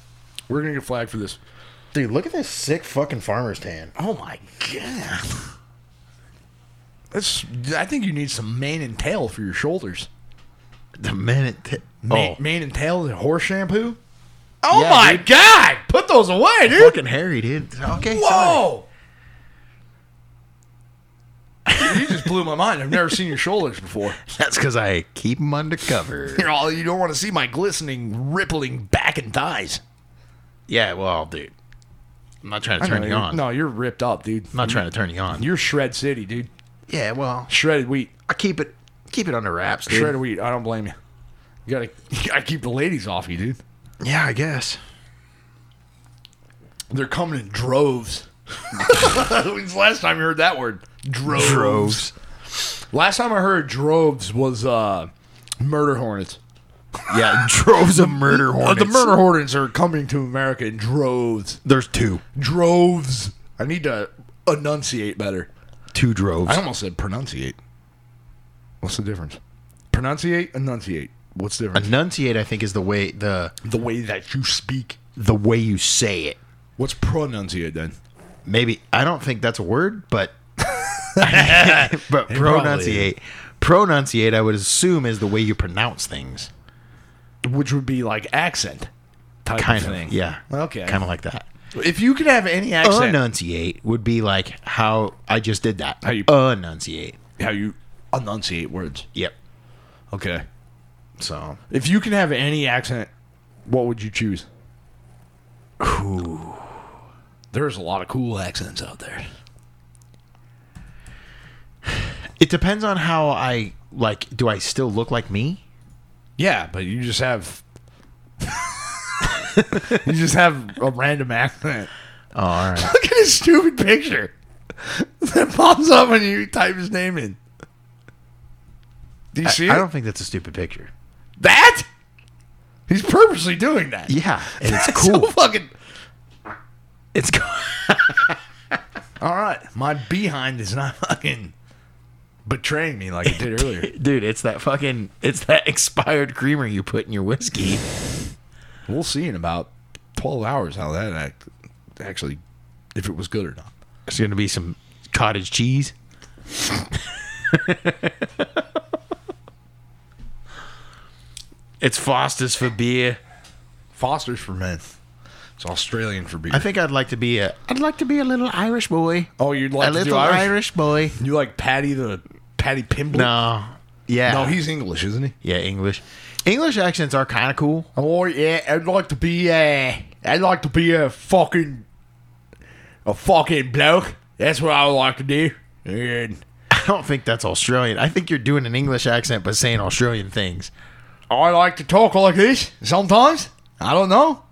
Speaker 1: We're going to get flagged for this.
Speaker 2: Dude, look at this sick fucking farmer's tan.
Speaker 1: Oh my god. That's, I think you need some mane and tail for your shoulders.
Speaker 2: The minute. T-
Speaker 1: Mane,
Speaker 2: oh,
Speaker 1: mane and tail, the horse shampoo. Oh
Speaker 2: Yeah,
Speaker 1: my god! Put those away, dude.
Speaker 2: fucking hairy, dude. Okay, sorry.
Speaker 1: Whoa! you just blew my mind. I've never seen your shoulders [LAUGHS] before.
Speaker 2: That's because I keep them undercover.
Speaker 1: You know, you don't want to see my glistening, rippling back and thighs.
Speaker 2: [LAUGHS] yeah, well, dude. I'm not trying to turn you on.
Speaker 1: No, you're ripped up, dude.
Speaker 2: I'm not trying to turn you on.
Speaker 1: You're shred city, dude.
Speaker 2: yeah, well,
Speaker 1: Shredded wheat.
Speaker 2: I keep it keep it under wraps, dude.
Speaker 1: Shredded wheat. I don't blame you. You gotta, you gotta keep the ladies off you, dude.
Speaker 2: Yeah, I guess.
Speaker 1: They're coming in droves. When's the [LAUGHS] last time you heard that word? Droves. Last time I heard droves was uh, murder hornets.
Speaker 2: Yeah, [LAUGHS] droves of murder
Speaker 1: Uh,
Speaker 2: hornets.
Speaker 1: the murder hornets are coming to America in droves.
Speaker 2: There's two.
Speaker 1: droves. I need to enunciate better.
Speaker 2: Two droves.
Speaker 1: I almost said pronunciate. What's the difference? Pronunciate, enunciate. What's the difference?
Speaker 2: Enunciate, I think, is the way the
Speaker 1: the way that you speak.
Speaker 2: the way you say it.
Speaker 1: What's pronunciate then?
Speaker 2: Maybe I don't think that's a word, but
Speaker 1: [LAUGHS]
Speaker 2: but
Speaker 1: It
Speaker 2: pronunciate pronunciate I would assume is the way you pronounce things.
Speaker 1: Which would be like accent type
Speaker 2: Kind
Speaker 1: of
Speaker 2: of,
Speaker 1: thing.
Speaker 2: yeah.
Speaker 1: Okay.
Speaker 2: kind of like that.
Speaker 1: If you could have any accent,
Speaker 2: Enunciate would be like how I just did that.
Speaker 1: How you-
Speaker 2: enunciate?
Speaker 1: how you enunciate words.
Speaker 2: Yep.
Speaker 1: Okay.
Speaker 2: So
Speaker 1: If you can have any accent, what would you choose? There's a lot of cool accents out there.
Speaker 2: it depends on how I like. Do I still look like me?
Speaker 1: Yeah, but you just have you just have a random accent.
Speaker 2: Oh, all right.
Speaker 1: [LAUGHS] Look at his stupid picture that pops up when you type his name in. Do you see
Speaker 2: I
Speaker 1: it?
Speaker 2: don't think that's a stupid picture.
Speaker 1: that? He's purposely doing that. [LAUGHS]
Speaker 2: Yeah, and it's
Speaker 1: So
Speaker 2: cool.
Speaker 1: fucking.
Speaker 2: it's cool.
Speaker 1: All right, my behind is not fucking betraying me like it did earlier. [LAUGHS]
Speaker 2: [LAUGHS] Dude, it's that fucking it's that expired creamer you put in your whiskey.
Speaker 1: We'll see in about twelve hours how that act actually, if it was good or not.
Speaker 2: It's gonna be some cottage cheese. it's Foster's for beer.
Speaker 1: Foster's for men. It's Australian for beer.
Speaker 2: I think I'd like to be a I'd like to be a little Irish boy.
Speaker 1: Oh, you'd
Speaker 2: a
Speaker 1: like to do
Speaker 2: little
Speaker 1: Irish?
Speaker 2: Irish boy.
Speaker 1: You like Patty the Patty Pimble?
Speaker 2: No. Yeah.
Speaker 1: No, he's English, isn't he?
Speaker 2: yeah, English. English accents are kinda cool.
Speaker 1: Oh yeah, I'd like to be uh I'd like to be a fucking a fucking bloke. That's what I would like to do. And
Speaker 2: I don't think that's Australian. I think you're doing an English accent but saying Australian things.
Speaker 1: I like to talk like this sometimes. I don't know.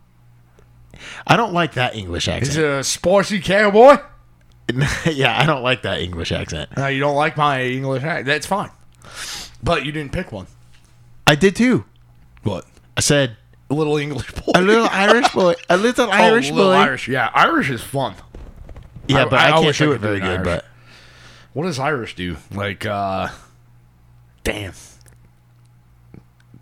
Speaker 2: I don't like that English
Speaker 1: He's
Speaker 2: accent.
Speaker 1: a spicy cowboy.
Speaker 2: [LAUGHS] yeah, I don't like that English accent.
Speaker 1: No, you don't like my English accent. That's fine. But you didn't pick one.
Speaker 2: I did too.
Speaker 1: What?
Speaker 2: I said
Speaker 1: A little English boy.
Speaker 2: a little Irish boy, a little
Speaker 1: Oh,
Speaker 2: Irish
Speaker 1: little
Speaker 2: boy.
Speaker 1: Irish. Yeah, Irish is fun.
Speaker 2: Yeah,
Speaker 1: I-
Speaker 2: but
Speaker 1: I
Speaker 2: I, can't
Speaker 1: wish I
Speaker 2: do it
Speaker 1: could do
Speaker 2: very
Speaker 1: an
Speaker 2: good.
Speaker 1: Irish.
Speaker 2: But
Speaker 1: What does Irish do? Like, uh, damn.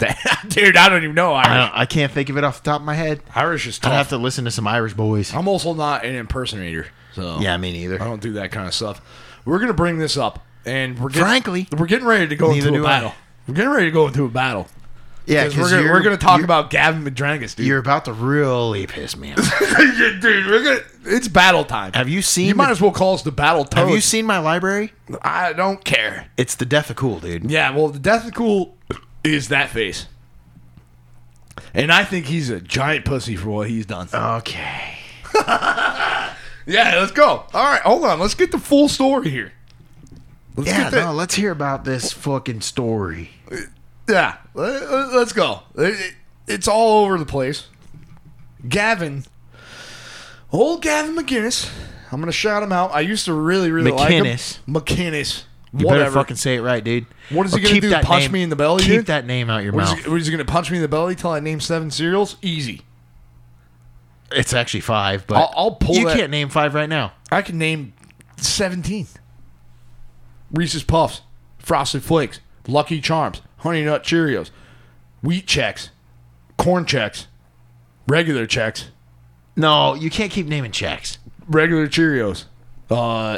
Speaker 1: [LAUGHS] Dude, I don't even know
Speaker 2: I,
Speaker 1: Irish.
Speaker 2: don't, I can't think of it off the top of my head.
Speaker 1: Irish is
Speaker 2: I'd
Speaker 1: tough.
Speaker 2: have to listen to some Irish boys.
Speaker 1: I'm also not an impersonator, so
Speaker 2: Yeah, me neither.
Speaker 1: I don't do that kind of stuff. We're gonna bring this up, and we're getting,
Speaker 2: Frankly,
Speaker 1: we're getting ready to go
Speaker 2: neither
Speaker 1: into a
Speaker 2: do I.
Speaker 1: battle. We're getting ready to go into a battle.
Speaker 2: Yeah,
Speaker 1: 'Cause we're gonna,
Speaker 2: you're-
Speaker 1: we're gonna talk
Speaker 2: you're-
Speaker 1: about Gavin Madrangas, dude. [LAUGHS]
Speaker 2: You're about to really piss me off.
Speaker 1: dude, we're gonna, it's battle time.
Speaker 2: Have you seen?
Speaker 1: You might
Speaker 2: the-
Speaker 1: as well call us the battle toad.
Speaker 2: have you seen my library?
Speaker 1: I don't care.
Speaker 2: It's the death of cool, dude.
Speaker 1: Yeah, well, the death of cool is that face, and I think he's a giant pussy for what he's done.
Speaker 2: Uh. Okay.
Speaker 1: yeah, let's go. All right, hold on. Let's get the full story here. Let's
Speaker 2: Yeah,
Speaker 1: get that.
Speaker 2: no, let's hear about this fucking story.
Speaker 1: Yeah, let- let- let's go. It- it- It's all over the place. Gavin, old Gavin McGinnis. I'm gonna shout him out. I used to really, really
Speaker 2: McInnes.
Speaker 1: like him. McInnes.
Speaker 2: You better
Speaker 1: Whatever.
Speaker 2: fucking say it right, dude.
Speaker 1: What is he
Speaker 2: Or
Speaker 1: gonna
Speaker 2: keep
Speaker 1: do,
Speaker 2: that
Speaker 1: punch
Speaker 2: name-
Speaker 1: me in the belly,
Speaker 2: Keep
Speaker 1: dude?
Speaker 2: that name out your
Speaker 1: What is
Speaker 2: mouth.
Speaker 1: he, what is he gonna punch me in the belly till I name seven cereals? Easy.
Speaker 2: It's actually five, but
Speaker 1: I'll- I'll pull
Speaker 2: You
Speaker 1: that-
Speaker 2: can't name five right now.
Speaker 1: I can name 17. Reese's Puffs, Frosted Flakes, Lucky Charms, Honey Nut Cheerios, Wheat Checks, Corn Checks, Regular Checks,
Speaker 2: No, you can't keep naming checks.
Speaker 1: regular Cheerios. Uh,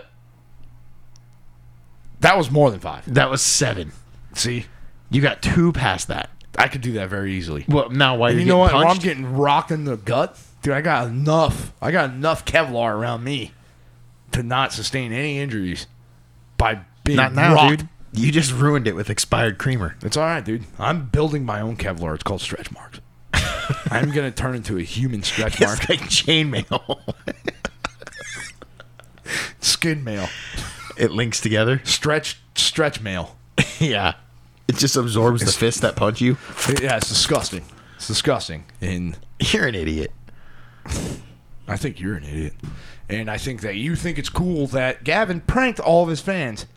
Speaker 1: that was more than five.
Speaker 2: That was seven.
Speaker 1: See,
Speaker 2: You got two past that.
Speaker 1: I could do that very easily.
Speaker 2: Well, now why
Speaker 1: You,
Speaker 2: you,
Speaker 1: know what? When I'm
Speaker 2: Punched?
Speaker 1: getting rocked in the gut, dude. I got enough. I got enough Kevlar around me to not sustain any injuries by being
Speaker 2: Not now,
Speaker 1: rocked.
Speaker 2: dude. You just ruined it with expired creamer.
Speaker 1: It's all right, dude. I'm building my own Kevlar. It's called stretch marks. [LAUGHS] I'm gonna turn into a human stretch mark,
Speaker 2: It's like chainmail.
Speaker 1: skin mail,
Speaker 2: [LAUGHS] it links together.
Speaker 1: stretch stretch mail.
Speaker 2: [LAUGHS] Yeah. It just absorbs the fist that punch you.
Speaker 1: Yeah, it's disgusting. It's disgusting. And
Speaker 2: You're an idiot.
Speaker 1: I think you're an idiot. And I think that you think it's cool that Gavin pranked all of his fans.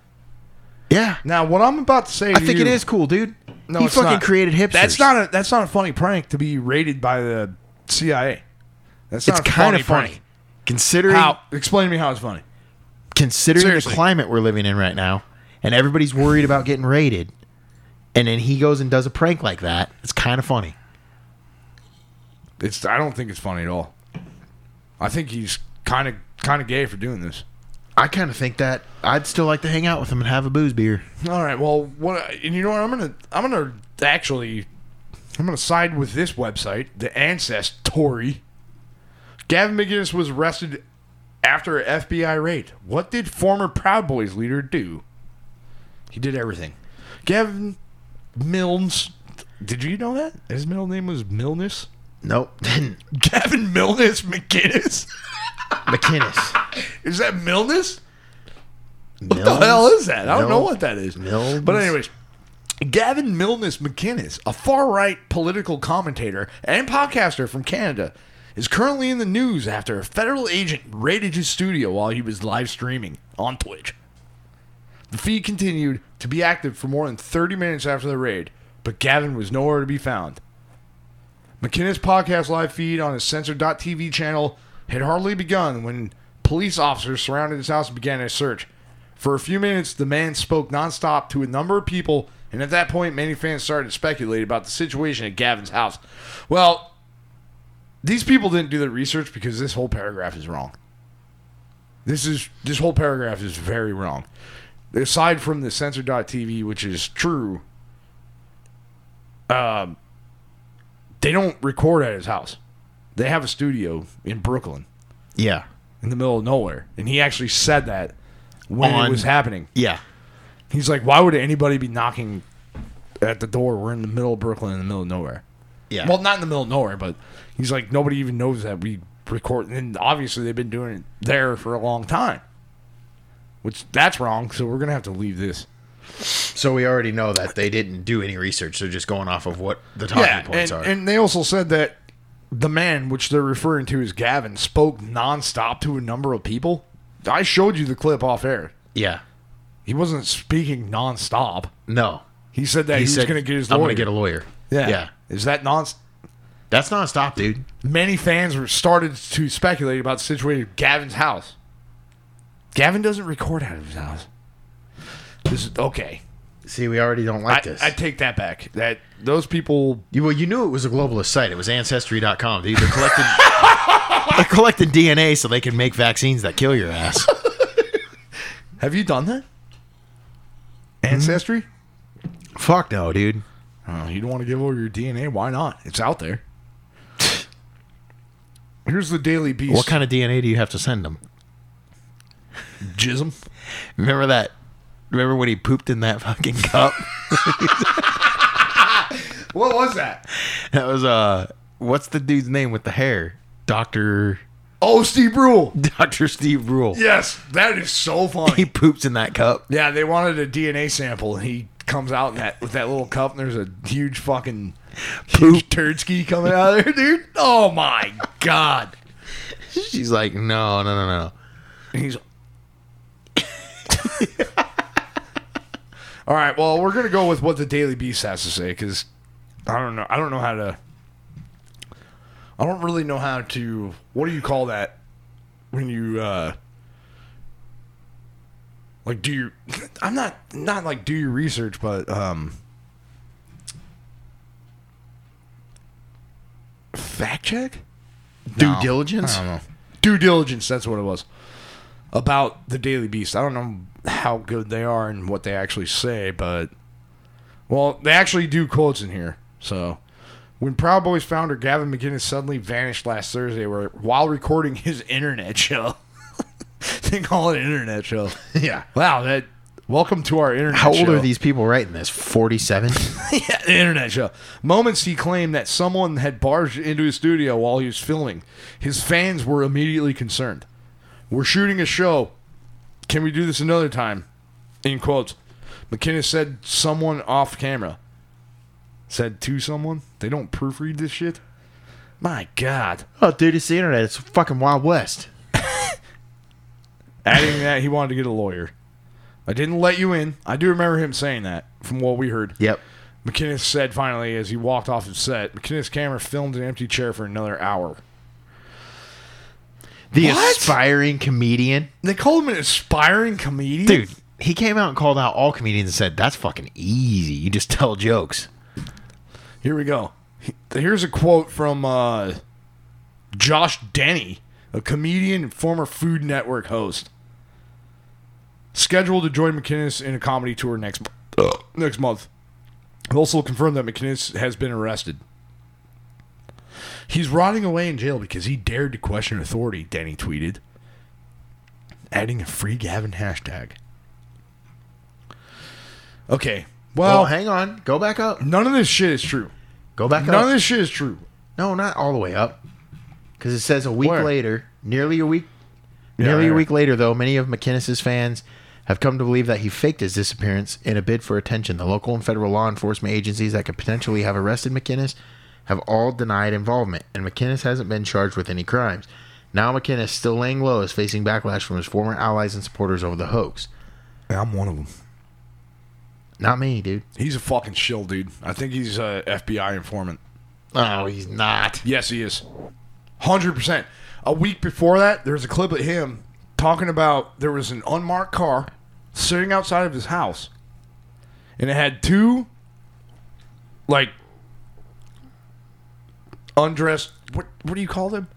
Speaker 2: Yeah.
Speaker 1: Now, what I'm about to say,
Speaker 2: I think it is cool, dude.
Speaker 1: No,
Speaker 2: he
Speaker 1: it's
Speaker 2: fucking
Speaker 1: not.
Speaker 2: created hipsters.
Speaker 1: That's not a that's not a funny prank to be raided by the CIA. That's
Speaker 2: It's
Speaker 1: not kind
Speaker 2: kind of funny. Considering
Speaker 1: How? Explain to me how it's funny.
Speaker 2: considering
Speaker 1: Seriously.
Speaker 2: the climate we're living in right now, and everybody's worried about getting raided, and then he goes and does a prank like that. It's kind of funny.
Speaker 1: It's I don't think it's funny at all. I think he's kind of kind of gay for doing this.
Speaker 2: I kind of think that I'd still like to hang out with him and have a booze beer.
Speaker 1: All right. Well, what? And you know what? I'm gonna I'm gonna actually I'm gonna side with this website, the Ancestry. Gavin McGinnis was arrested after an FBI raid. What did former Proud Boys leader do? He did everything. Gavin Milnes. Did you know that his middle name was Milnes?
Speaker 2: Nope, didn't.
Speaker 1: Gavin Milnes McGinnis. [LAUGHS]
Speaker 2: McInnes.
Speaker 1: Is that Milnes?
Speaker 2: What
Speaker 1: What the hell is that? I don't know what that is.
Speaker 2: Milnes?
Speaker 1: But anyways, Gavin Milnes McInnes, a far-right political commentator and podcaster from Canada, is currently in the news after a federal agent raided his studio while he was live streaming on Twitch. The feed continued to be active for more than 30 minutes after the raid, but Gavin was nowhere to be found. McKinnon's podcast live feed on his Censor.tv channel had hardly begun when police officers surrounded his house and began a search. For a few minutes, the man spoke nonstop to a number of people, and at that point, many fans started to speculate about the situation at Gavin's house. Well, these people didn't do their research because this whole paragraph is wrong. This is this whole paragraph is very wrong. Aside from the Censor.tv, which is true, they don't record at his house. They have a studio in Brooklyn,
Speaker 2: Yeah,
Speaker 1: in the middle of nowhere, and he actually said that when it
Speaker 2: On-
Speaker 1: was happening.
Speaker 2: yeah.
Speaker 1: He's like, "Why would anybody be knocking at the door? We're in the middle of Brooklyn, in the middle of nowhere.
Speaker 2: Yeah.
Speaker 1: Well, not in the middle of nowhere, but he's like, nobody even knows that we record. And obviously, they've been doing it there for a long time, which that's wrong. So we're gonna have to leave this.
Speaker 2: So we already know that they didn't do any research. They're just going off of what the talking
Speaker 1: yeah,
Speaker 2: points
Speaker 1: and,
Speaker 2: are.
Speaker 1: and they also said that the man, which they're referring to as Gavin, spoke nonstop to a number of people. I showed you the clip off air.
Speaker 2: yeah.
Speaker 1: He wasn't speaking nonstop.
Speaker 2: No.
Speaker 1: He said that he, was going to get his lawyer.
Speaker 2: I'm going to get a lawyer.
Speaker 1: yeah.
Speaker 2: Yeah.
Speaker 1: Is that non?
Speaker 2: That's nonstop, dude.
Speaker 1: Many fans were started to speculate about the situation with Gavin's house. Gavin doesn't record out of his house. This is okay.
Speaker 2: See, we already don't like
Speaker 1: I,
Speaker 2: this.
Speaker 1: I take that back. That those people
Speaker 2: You, well, you knew it was a globalist site. It was Ancestry.com. They either
Speaker 1: [LAUGHS]
Speaker 2: collected they collected DNA so they can make vaccines that kill your ass.
Speaker 1: have you done that? Ancestry?
Speaker 2: [LAUGHS] Fuck no, dude.
Speaker 1: Uh, you don't want to give over your DNA? Why not? It's out there. [LAUGHS] Here's the Daily Beast.
Speaker 2: What kind of DNA do you have to send them?
Speaker 1: of jism?
Speaker 2: Remember that? Remember when he pooped in that fucking cup?
Speaker 1: What was that?
Speaker 2: that was uh, what's the dude's name with the hair? Doctor [LAUGHS]
Speaker 1: Oh, Steve Brule.
Speaker 2: Doctor Steve Rule.
Speaker 1: Yes, that is so
Speaker 2: He
Speaker 1: funny.
Speaker 2: poops in that [LAUGHS] cup.
Speaker 1: [LAUGHS] yeah, they wanted a DNA sample, and he comes out in that with that little cup, and there's a huge fucking huge turd ski coming out of there, dude. Oh my god!
Speaker 2: She's like, no, no, no, no.
Speaker 1: And he's all right. Well, we're gonna go with what the Daily Beast has to say because I don't know. I don't know how to. I don't really know how to. What do you call that when you uh like do your? [LAUGHS] I'm not not like do your research, but um fact check
Speaker 2: Due diligence.
Speaker 1: due diligence. That's what it was about the Daily Beast. I don't know how good they are and what they actually say, but well, they actually do quotes in here. So when Proud Boys founder Gavin McGinnis suddenly vanished last Thursday, where while recording his internet show, [LAUGHS] they call it internet show.
Speaker 2: [LAUGHS] Yeah.
Speaker 1: Wow, that welcome to our internet.
Speaker 2: How old
Speaker 1: show.
Speaker 2: are these people writing this? Forty-seven.
Speaker 1: [LAUGHS] Yeah, the internet show. Moments he claimed that someone had barged into his studio while he was filming. His fans were immediately concerned. We're shooting a show. Can we do this another time? In quotes. McKinnis said someone off camera. Said to someone? They don't proofread this shit? My God.
Speaker 2: [LAUGHS] oh, dude, it's the internet. It's fucking Wild West.
Speaker 1: Adding that, he wanted to get a lawyer. I didn't let you in. I do remember him saying that from what we heard.
Speaker 2: Yep.
Speaker 1: McKinnis said finally as he walked off his set. McKinnis' camera filmed an empty chair for another hour.
Speaker 2: The
Speaker 1: What?
Speaker 2: aspiring comedian.
Speaker 1: They call him an aspiring comedian,
Speaker 2: Dude, he came out and called out all comedians and said, That's fucking easy. You just tell jokes.
Speaker 1: Here we go. Here's a quote from uh, Josh Denny, a comedian and former Food Network host, scheduled to join McKinnis in a comedy tour next mo- next month. It also confirmed that McKinnis has been arrested. He's rotting away in jail because he dared to question authority. Denny tweeted, adding a free Gavin hashtag. Okay, well,
Speaker 2: Well, hang on. Go back up.
Speaker 1: none of this shit is true.
Speaker 2: Go back
Speaker 1: None
Speaker 2: up.
Speaker 1: of this shit is true.
Speaker 2: no, not all the way up. Because it says a week
Speaker 1: Where?
Speaker 2: later, nearly a week. Nearly a
Speaker 1: right.
Speaker 2: week later, though, many of McKinnis's fans have come to believe that he faked his disappearance in a bid for attention. The local and federal law enforcement agencies that could potentially have arrested McKinnis have all denied involvement, and McKinnis hasn't been charged with any crimes. Now McKinnis, still laying low, is facing backlash from his former allies and supporters over the hoax.
Speaker 1: I'm one of them.
Speaker 2: Not me, dude.
Speaker 1: He's a fucking shill, dude. I think he's a FBI informant.
Speaker 2: Oh, he's not.
Speaker 1: Yes, he is. 100%. A week before that, there's a clip of him talking about there was an unmarked car sitting outside of his house, and it had two, like, undressed. What, what do you call them?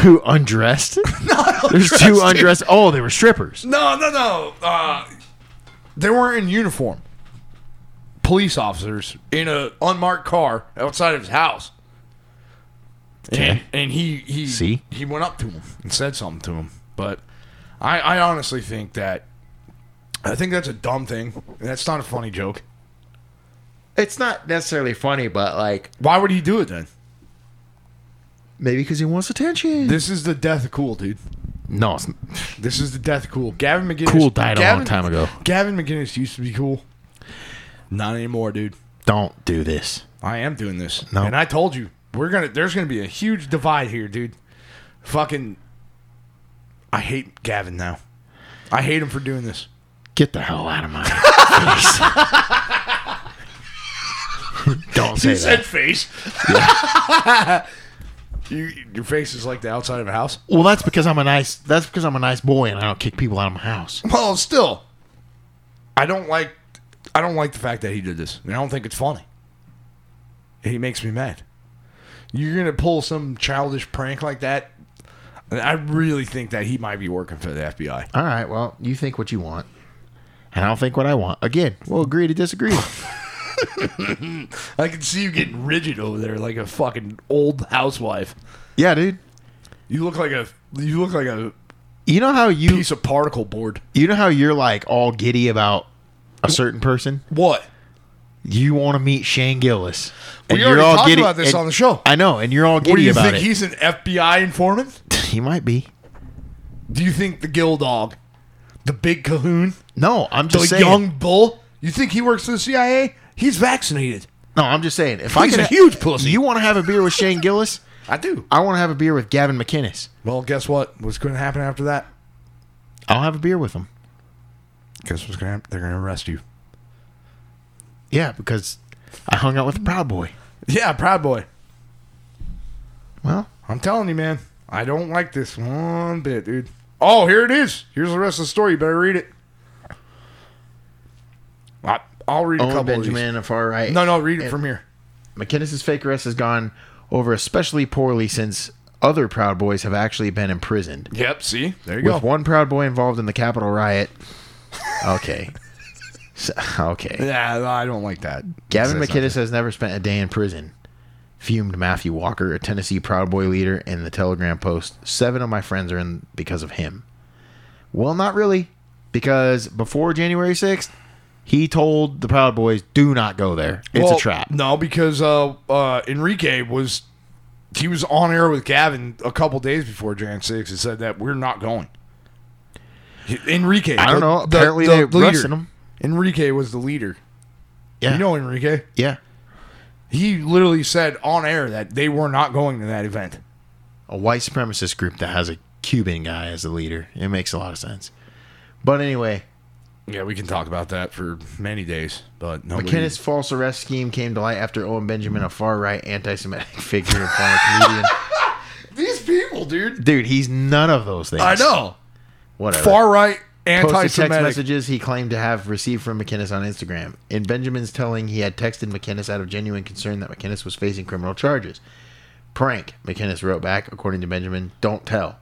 Speaker 2: Two [LAUGHS] undressed? no, there's two undressed. Oh, they were strippers.
Speaker 1: No, no, no. Uh, they were in uniform. Police officers in a unmarked car outside of his house. And,
Speaker 2: Okay.
Speaker 1: and he he
Speaker 2: See?
Speaker 1: he went up to him and said something to him. But I, I honestly think that I think that's a dumb thing. That's not a funny joke.
Speaker 2: It's not necessarily funny, but like
Speaker 1: Why would he do it then?
Speaker 2: maybe because he wants attention.
Speaker 1: This is the death of cool, dude.
Speaker 2: No, it's,
Speaker 1: This is the death of cool. Gavin McGinnis
Speaker 2: Cool died a long
Speaker 1: Gavin-
Speaker 2: time ago.
Speaker 1: Gavin McGinnis used to be cool. Not anymore, dude.
Speaker 2: Don't do this.
Speaker 1: I am doing this.
Speaker 2: No.
Speaker 1: And I told you, we're gonna there's gonna be a huge divide here, dude. Fucking I hate Gavin now. I hate him for doing this.
Speaker 2: Get the hell out of my [LAUGHS] face. [LAUGHS] Don't
Speaker 1: [LAUGHS]
Speaker 2: say
Speaker 1: He said
Speaker 2: that.
Speaker 1: face. [LAUGHS] you, your face is like the outside of a house.
Speaker 2: well, that's because I'm a nice. That's because I'm a nice boy, and I don't kick people out of my house.
Speaker 1: Well, still, I don't like. I don't like the fact that he did this. And I don't think it's funny. He makes me mad. You're gonna pull some childish prank like that. And I really think that he might be working for the FBI.
Speaker 2: All right. Well, you think what you want, and I'll think what I want. Again, we'll agree to disagree.
Speaker 1: I can see you getting rigid over there, like a fucking old housewife.
Speaker 2: [LAUGHS] yeah, dude.
Speaker 1: You look like a. You look like a
Speaker 2: You know how you
Speaker 1: piece of particle board.
Speaker 2: you know how you're like all giddy about a certain person.
Speaker 1: What?
Speaker 2: You want to meet Shane Gillis.
Speaker 1: We already talked about this
Speaker 2: and-
Speaker 1: on the show.
Speaker 2: I know, and you're all giddy
Speaker 1: What do you
Speaker 2: about
Speaker 1: think?
Speaker 2: it.
Speaker 1: He's an FBI informant.
Speaker 2: [LAUGHS] he might be.
Speaker 1: Do you think the Gill Dog, the Big Cahoon,
Speaker 2: No, I'm
Speaker 1: the
Speaker 2: just saying.
Speaker 1: young bull. You think he works for the CIA? He's vaccinated.
Speaker 2: no, I'm just saying. If I
Speaker 1: He's
Speaker 2: could
Speaker 1: a
Speaker 2: ha-
Speaker 1: huge pussy.
Speaker 2: You want to have a beer with Shane Gillis?
Speaker 1: I do.
Speaker 2: I want to have a beer with Gavin McInnes.
Speaker 1: Well, guess what? What's going to happen after that?
Speaker 2: I'll have a beer with him.
Speaker 1: Guess what's going to happen? They're going to arrest you.
Speaker 2: Yeah, because I hung out with the Proud Boy.
Speaker 1: Yeah, Proud Boy.
Speaker 2: Well,
Speaker 1: I'm telling you, man. I don't like this one bit, dude. Oh, here it is. Here's the rest of the story. You better read it. I, I'll read a
Speaker 2: Owen
Speaker 1: couple
Speaker 2: Benjamin, a far right.
Speaker 1: of these. No, no, read it from here.
Speaker 2: McInnes' fake arrest has gone over especially poorly since other Proud Boys have actually been imprisoned.
Speaker 1: Yep, see? There you
Speaker 2: With one Proud Boy involved in the Capitol riot.
Speaker 1: [LAUGHS]
Speaker 2: Okay. So- okay.
Speaker 1: Yeah, no, I don't like that.
Speaker 2: Gavin
Speaker 1: That's not
Speaker 2: McInnes has never spent a day in prison. Fumed Matthew Walker, a Tennessee Proud Boy leader, in the Telegram post. Seven of my friends are in because of him. Well, not really, because before January 6th, he told the Proud Boys, do not go there. It's
Speaker 1: Well,
Speaker 2: a trap.
Speaker 1: No, because uh, uh, Enrique was he was on air with Gavin a couple days before Jan six and said that we're not going. Enrique,
Speaker 2: I
Speaker 1: the-
Speaker 2: don't know.
Speaker 1: the-
Speaker 2: Apparently
Speaker 1: the
Speaker 2: they
Speaker 1: leader.
Speaker 2: arrested him.
Speaker 1: Enrique was the leader.
Speaker 2: Yeah.
Speaker 1: You know Enrique.
Speaker 2: yeah.
Speaker 1: He literally said on air that they were not going to that event.
Speaker 2: a white supremacist group that has a Cuban guy as the leader. It makes a lot of sense. But anyway,
Speaker 1: Yeah, we can talk about that for many days, but no.
Speaker 2: McKinnis' false arrest scheme came to light after Owen Benjamin, a far right anti Semitic [LAUGHS] figure and
Speaker 1: [LAUGHS]
Speaker 2: former comedian.
Speaker 1: these people, dude.
Speaker 2: Dude, he's none of those things.
Speaker 1: I know.
Speaker 2: Whatever.
Speaker 1: Far right,
Speaker 2: Posted text
Speaker 1: anti-Semitic.
Speaker 2: messages he claimed to have received from McKinnis on Instagram. In Benjamin's telling, he had texted McKinnis out of genuine concern that McKinnis was facing criminal charges. Prank, McKinnis wrote back, according to Benjamin, don't tell.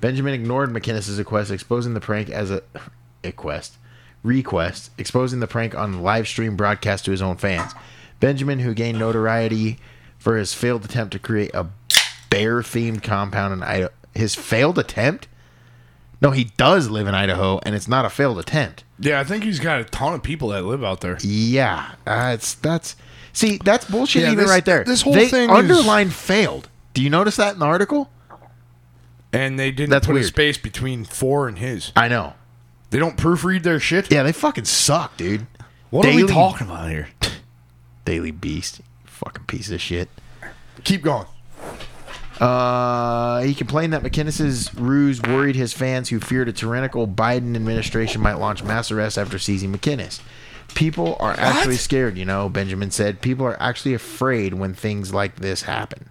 Speaker 2: Benjamin ignored McKinnis' request, exposing the prank as a [LAUGHS] request, request, exposing the prank on the live stream broadcast to his own fans. Benjamin, who gained notoriety for his failed attempt to create a bear themed compound in Idaho, his failed attempt? No, he does live in Idaho, and it's not a failed attempt.
Speaker 1: Yeah, I think he's got a ton of people that live out there.
Speaker 2: Yeah, uh, it's that's see that's bullshit
Speaker 1: Yeah,
Speaker 2: even
Speaker 1: this-
Speaker 2: right there.
Speaker 1: this whole
Speaker 2: They
Speaker 1: thing is-
Speaker 2: underlined failed. Do you notice that in the article?
Speaker 1: And they didn't
Speaker 2: That's
Speaker 1: put a
Speaker 2: weird.
Speaker 1: space between four and his.
Speaker 2: I know.
Speaker 1: They don't proofread their shit.
Speaker 2: Yeah, they fucking suck, dude.
Speaker 1: What
Speaker 2: Daily-
Speaker 1: are we talking about here?
Speaker 2: Daily Beast, fucking piece of shit.
Speaker 1: Keep going.
Speaker 2: Uh, he complained that McKinnis's ruse worried his fans who feared a tyrannical Biden administration might launch mass arrests after seizing McKinnis. People are actually scared, you know, Benjamin said. People are actually afraid when things like this happen.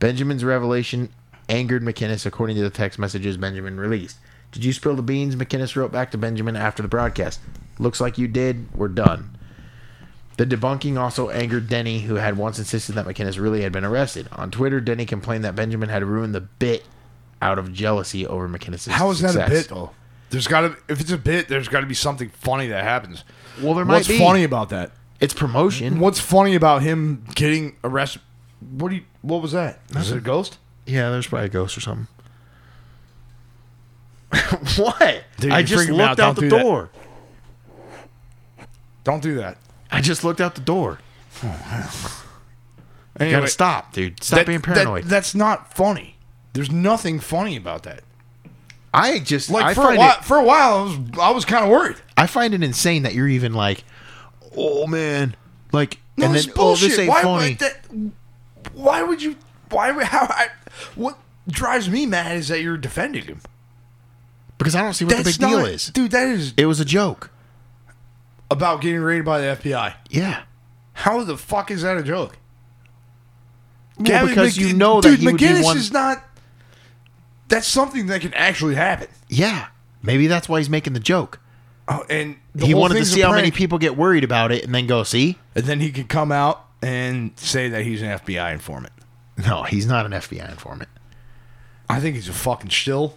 Speaker 2: Benjamin's revelation angered McKinnis, according to the text messages Benjamin released. Did you spill the beans? McKinnis wrote back to Benjamin after the broadcast. Looks like you did. We're done. The debunking also angered Denny, who had once insisted that McKinnis really had been arrested. On Twitter, Denny complained that Benjamin had ruined the bit out of jealousy over McKinnis.
Speaker 1: How is that a bit though? There's got to if it's a bit, there's got to be something funny that happens.
Speaker 2: Well, there might
Speaker 1: What's
Speaker 2: be.
Speaker 1: funny about that?
Speaker 2: It's promotion.
Speaker 1: What's funny about him getting arrested? What do you, What was that? Is it a ghost?
Speaker 2: Yeah, there's probably a ghost
Speaker 1: [LAUGHS]
Speaker 2: or something. what?
Speaker 1: Dude,
Speaker 2: I
Speaker 1: you're
Speaker 2: just
Speaker 1: freaking me
Speaker 2: looked
Speaker 1: out.
Speaker 2: out,
Speaker 1: Don't
Speaker 2: the
Speaker 1: do that.
Speaker 2: door.
Speaker 1: Don't do that.
Speaker 2: I just looked out the door. You
Speaker 1: Anyway,
Speaker 2: gotta stop, dude. Stop
Speaker 1: that-
Speaker 2: being
Speaker 1: that-
Speaker 2: paranoid.
Speaker 1: that's not funny. There's nothing funny about that.
Speaker 2: I just
Speaker 1: Like
Speaker 2: I
Speaker 1: for a
Speaker 2: find
Speaker 1: while,
Speaker 2: it,
Speaker 1: for a while, I was I was kind of worried.
Speaker 2: I find it insane that you're even like, oh man, like,
Speaker 1: No,
Speaker 2: and
Speaker 1: it's
Speaker 2: then oh this
Speaker 1: bullshit.
Speaker 2: ain't
Speaker 1: why,
Speaker 2: funny.
Speaker 1: Would that, why would you? Why would [LAUGHS] how? I, what drives me mad is that you're defending him.
Speaker 2: because I don't see what the big deal is.
Speaker 1: dude. That is
Speaker 2: It was a joke.
Speaker 1: about getting raided by the FBI.
Speaker 2: Yeah.
Speaker 1: How the fuck is that a joke?
Speaker 2: Well,
Speaker 1: Gavin
Speaker 2: because
Speaker 1: McG-
Speaker 2: you know that
Speaker 1: dude,
Speaker 2: he would
Speaker 1: McGinnis
Speaker 2: be one.
Speaker 1: is not. That's something that can actually happen.
Speaker 2: yeah. Maybe that's why he's making the joke.
Speaker 1: Oh, and the
Speaker 2: he
Speaker 1: whole
Speaker 2: wanted to
Speaker 1: thing's a
Speaker 2: see how many
Speaker 1: prank.
Speaker 2: people get worried about it and then go, see?
Speaker 1: and then he could come out and say that he's an FBI informant.
Speaker 2: No, he's not an FBI informant.
Speaker 1: I think he's a fucking shill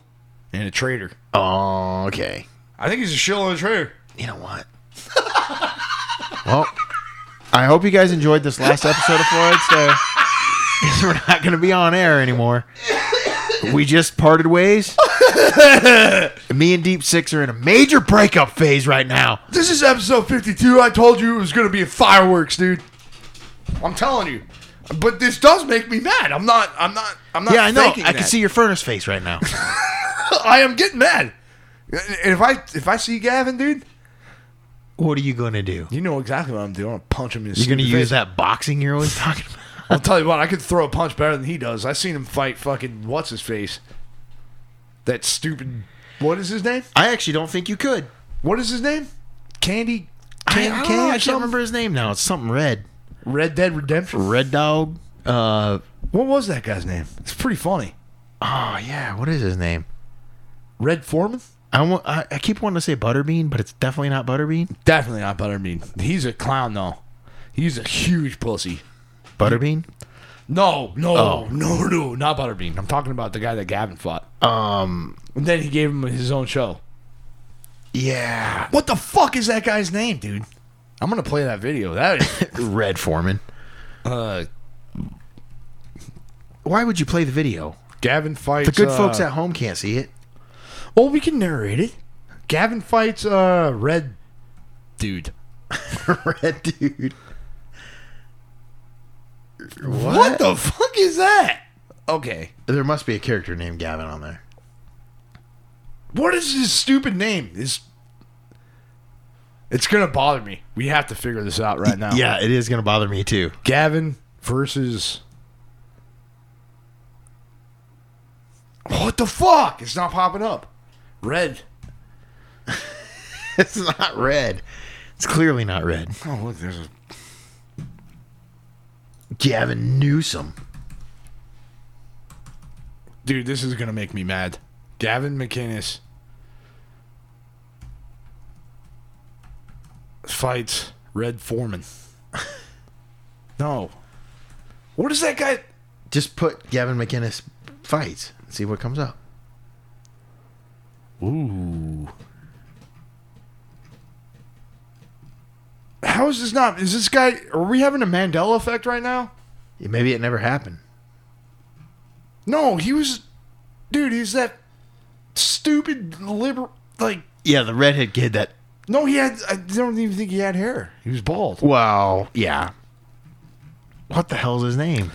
Speaker 1: and a traitor.
Speaker 2: Oh, okay.
Speaker 1: I think he's a shill and a traitor.
Speaker 2: You know what? [LAUGHS] well, I hope you guys enjoyed this last episode of Fluoride Stare. Because [LAUGHS] we're not going to be on air anymore. We just parted [LAUGHS] ways. Me and Deep Six are in a major breakup phase right now.
Speaker 1: This is episode 52. I told you it was going to be fireworks, dude. I'm telling you. But this does make me mad. I'm not. I'm not. I'm not.
Speaker 2: Yeah, I know.
Speaker 1: faking
Speaker 2: I can
Speaker 1: that.
Speaker 2: see your furnace face right now.
Speaker 1: I am getting mad. And if I if I see Gavin, dude,
Speaker 2: [LAUGHS] what are you going to do?
Speaker 1: you know exactly what I'm doing. I'm gonna punch him in.
Speaker 2: You're going to use
Speaker 1: that.
Speaker 2: that boxing you're always talking about?
Speaker 1: I'll tell you what. I could throw a punch better than he does. I seen him fight fucking what's his face. That stupid. What is his name?
Speaker 2: [LAUGHS] I actually don't think you could.
Speaker 1: What is his name? Candy.
Speaker 2: I,
Speaker 1: Can,
Speaker 2: I, don't
Speaker 1: Candy
Speaker 2: know, I
Speaker 1: or
Speaker 2: can't
Speaker 1: something?
Speaker 2: remember his name now. It's something red.
Speaker 1: Red Dead Redemption.
Speaker 2: Red Dog. Uh,
Speaker 1: What was that guy's name? It's pretty funny.
Speaker 2: oh, yeah. What is his name?
Speaker 1: Red Foreman.
Speaker 2: I, want, I, I keep wanting to say Butterbean, but it's definitely not Butterbean.
Speaker 1: Definitely not Butterbean. He's a clown though. He's a huge pussy.
Speaker 2: Butterbean?
Speaker 1: No, no,
Speaker 2: Oh.
Speaker 1: no, no, not Butterbean. I'm talking about the guy that Gavin fought.
Speaker 2: Um,
Speaker 1: And then he gave him his own show.
Speaker 2: yeah.
Speaker 1: What the fuck is that guy's name, dude? I'm gonna play that video. That [LAUGHS] is,
Speaker 2: Red Foreman.
Speaker 1: uh,
Speaker 2: Why would you play the video?
Speaker 1: Gavin fights
Speaker 2: The good
Speaker 1: uh,
Speaker 2: folks at home can't see it.
Speaker 1: Well, Oh, we can narrate it. Gavin fights uh red dude.
Speaker 2: [LAUGHS] Red dude.
Speaker 1: What? the fuck is that? Okay,
Speaker 2: There must be a character named Gavin on there.
Speaker 1: what is his stupid name? Is it's gonna bother me. We have to figure this out right now.
Speaker 2: Yeah, it is going to bother me too.
Speaker 1: Gavin versus. What the fuck? It's not popping up. Red.
Speaker 2: [LAUGHS] it's not red. It's clearly not red.
Speaker 1: Oh look, there's a
Speaker 2: Gavin Newsom.
Speaker 1: dude. This is gonna make me mad. Gavin McInnes fights Red Foreman. [LAUGHS] no, what is that guy?
Speaker 2: Just put Gavin McInnes fights. and See what comes up.
Speaker 1: Ooh. How is this not? Is this guy? Are we having a Mandela effect right now?
Speaker 2: Yeah, Maybe it never happened.
Speaker 1: No, he was, dude. He's that stupid liberal. Like,
Speaker 2: Yeah, the redhead kid that.
Speaker 1: no, he had. I don't even think he had hair. He was bald.
Speaker 2: Wow. Yeah. What the hell's his name?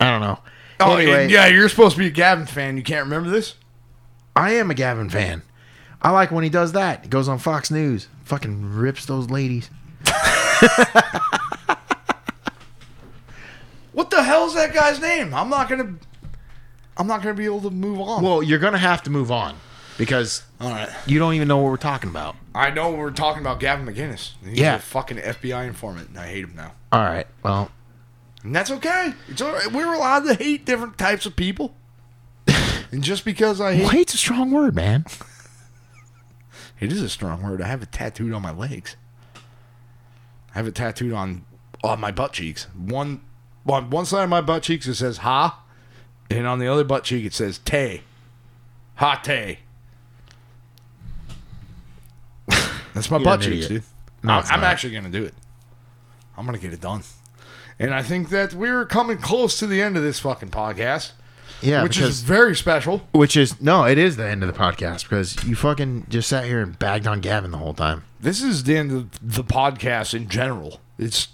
Speaker 2: I don't know.
Speaker 1: Oh,
Speaker 2: anyway,
Speaker 1: and yeah, you're supposed to be a Gavin fan. You can't remember this?
Speaker 2: I am a Gavin fan. I like when he does that. He goes on Fox News, fucking rips those ladies.
Speaker 1: What the hell's that guy's name? I'm not gonna. I'm not gonna be able to move on.
Speaker 2: Well, you're gonna have to move on because
Speaker 1: all right.
Speaker 2: you don't even know what we're talking about.
Speaker 1: I know we're talking about Gavin McGinnis. He's
Speaker 2: Yeah.
Speaker 1: a fucking FBI informant, and I hate him now.
Speaker 2: All right. Well,
Speaker 1: And that's okay. It's all right. We're allowed to hate different types of
Speaker 2: [LAUGHS]
Speaker 1: people. and just because I hate
Speaker 2: hate's a strong word, man.
Speaker 1: it is a strong word. I have it tattooed on my legs. I have it tattooed on on my butt cheeks. One on one side of my butt cheeks it says ha, and on the other butt cheek it says te. Ha te. That's my
Speaker 2: You're
Speaker 1: butt
Speaker 2: an
Speaker 1: cheeks,
Speaker 2: idiot.
Speaker 1: dude.
Speaker 2: No,
Speaker 1: I'm,
Speaker 2: it's
Speaker 1: I'm
Speaker 2: not.
Speaker 1: actually gonna do it. I'm gonna get it done. And I think that we're coming close to the end of this fucking podcast.
Speaker 2: Yeah,
Speaker 1: which
Speaker 2: because
Speaker 1: is very special.
Speaker 2: Which is no, it is the end of the podcast because you fucking just sat here and bagged on Gavin the whole time.
Speaker 1: This is the end of the podcast in general. It's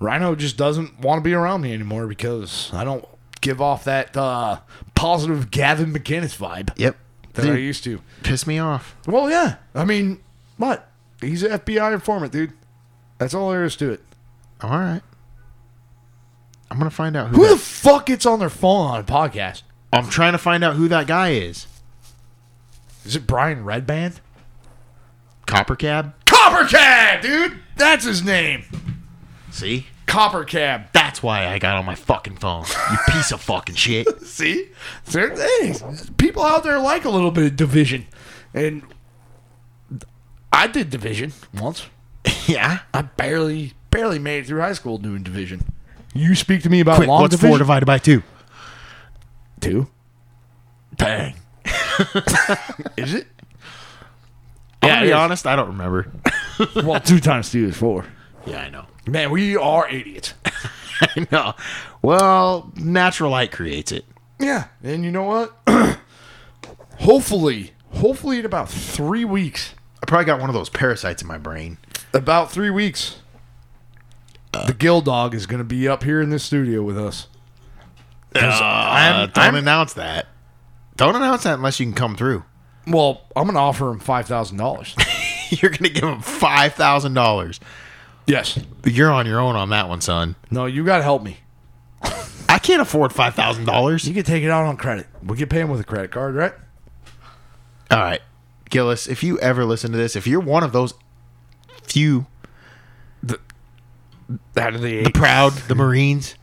Speaker 1: Rhino just doesn't want to be around me anymore because I don't give off that uh, positive Gavin McInnes vibe
Speaker 2: Yep.
Speaker 1: that I
Speaker 2: Dude,
Speaker 1: used to.
Speaker 2: pissed me off.
Speaker 1: Well, yeah. I mean, what? He's an FBI informant, dude. That's all there is to it.
Speaker 2: All right. I'm gonna find out who.
Speaker 1: Who
Speaker 2: that-
Speaker 1: the fuck gets on their phone on a podcast?
Speaker 2: I'm trying to find out who that guy is.
Speaker 1: Is it Brian Redband?
Speaker 2: Copper Cab.
Speaker 1: Copper Cab, dude. That's his name.
Speaker 2: See,
Speaker 1: Copper Cab.
Speaker 2: that's why I got on my fucking phone. You [LAUGHS] piece of fucking shit.
Speaker 1: See, certain things people out there like a little bit of division, and I did division once.
Speaker 2: Yeah.
Speaker 1: I barely, barely made it through high school doing division. You speak to me about
Speaker 2: Quick,
Speaker 1: long
Speaker 2: what's
Speaker 1: division.
Speaker 2: four divided by two?
Speaker 1: Two. [LAUGHS] Dang. is it? Yeah,
Speaker 2: I'm gonna
Speaker 1: it
Speaker 2: be
Speaker 1: is.
Speaker 2: honest, I don't remember.
Speaker 1: Well, two times two is four.
Speaker 2: [LAUGHS] yeah, I know.
Speaker 1: Man, we are idiots.
Speaker 2: [LAUGHS] I know. Well, natural light creates it.
Speaker 1: Yeah, and you know what? [CLEARS THROAT] hopefully, hopefully in about three weeks.
Speaker 2: I probably got one of those parasites in my brain.
Speaker 1: about three weeks, the Gill Dog is going to be up here in this studio with us.
Speaker 2: Uh, don't
Speaker 1: I'm-
Speaker 2: announce that. Don't announce that unless you can come through. [LAUGHS]
Speaker 1: Well, I'm going to offer him five thousand dollars.
Speaker 2: You're gonna give him five thousand dollars.
Speaker 1: yes.
Speaker 2: You're on your own on that one, son.
Speaker 1: No, you got to help me.
Speaker 2: I can't afford five thousand dollars.
Speaker 1: You can take it out on credit. We can pay him with a credit card, right?
Speaker 2: All right, Gillis. If you ever listen to this, if you're one of those few,
Speaker 1: Out of the
Speaker 2: the
Speaker 1: eight.
Speaker 2: proud, the Marines,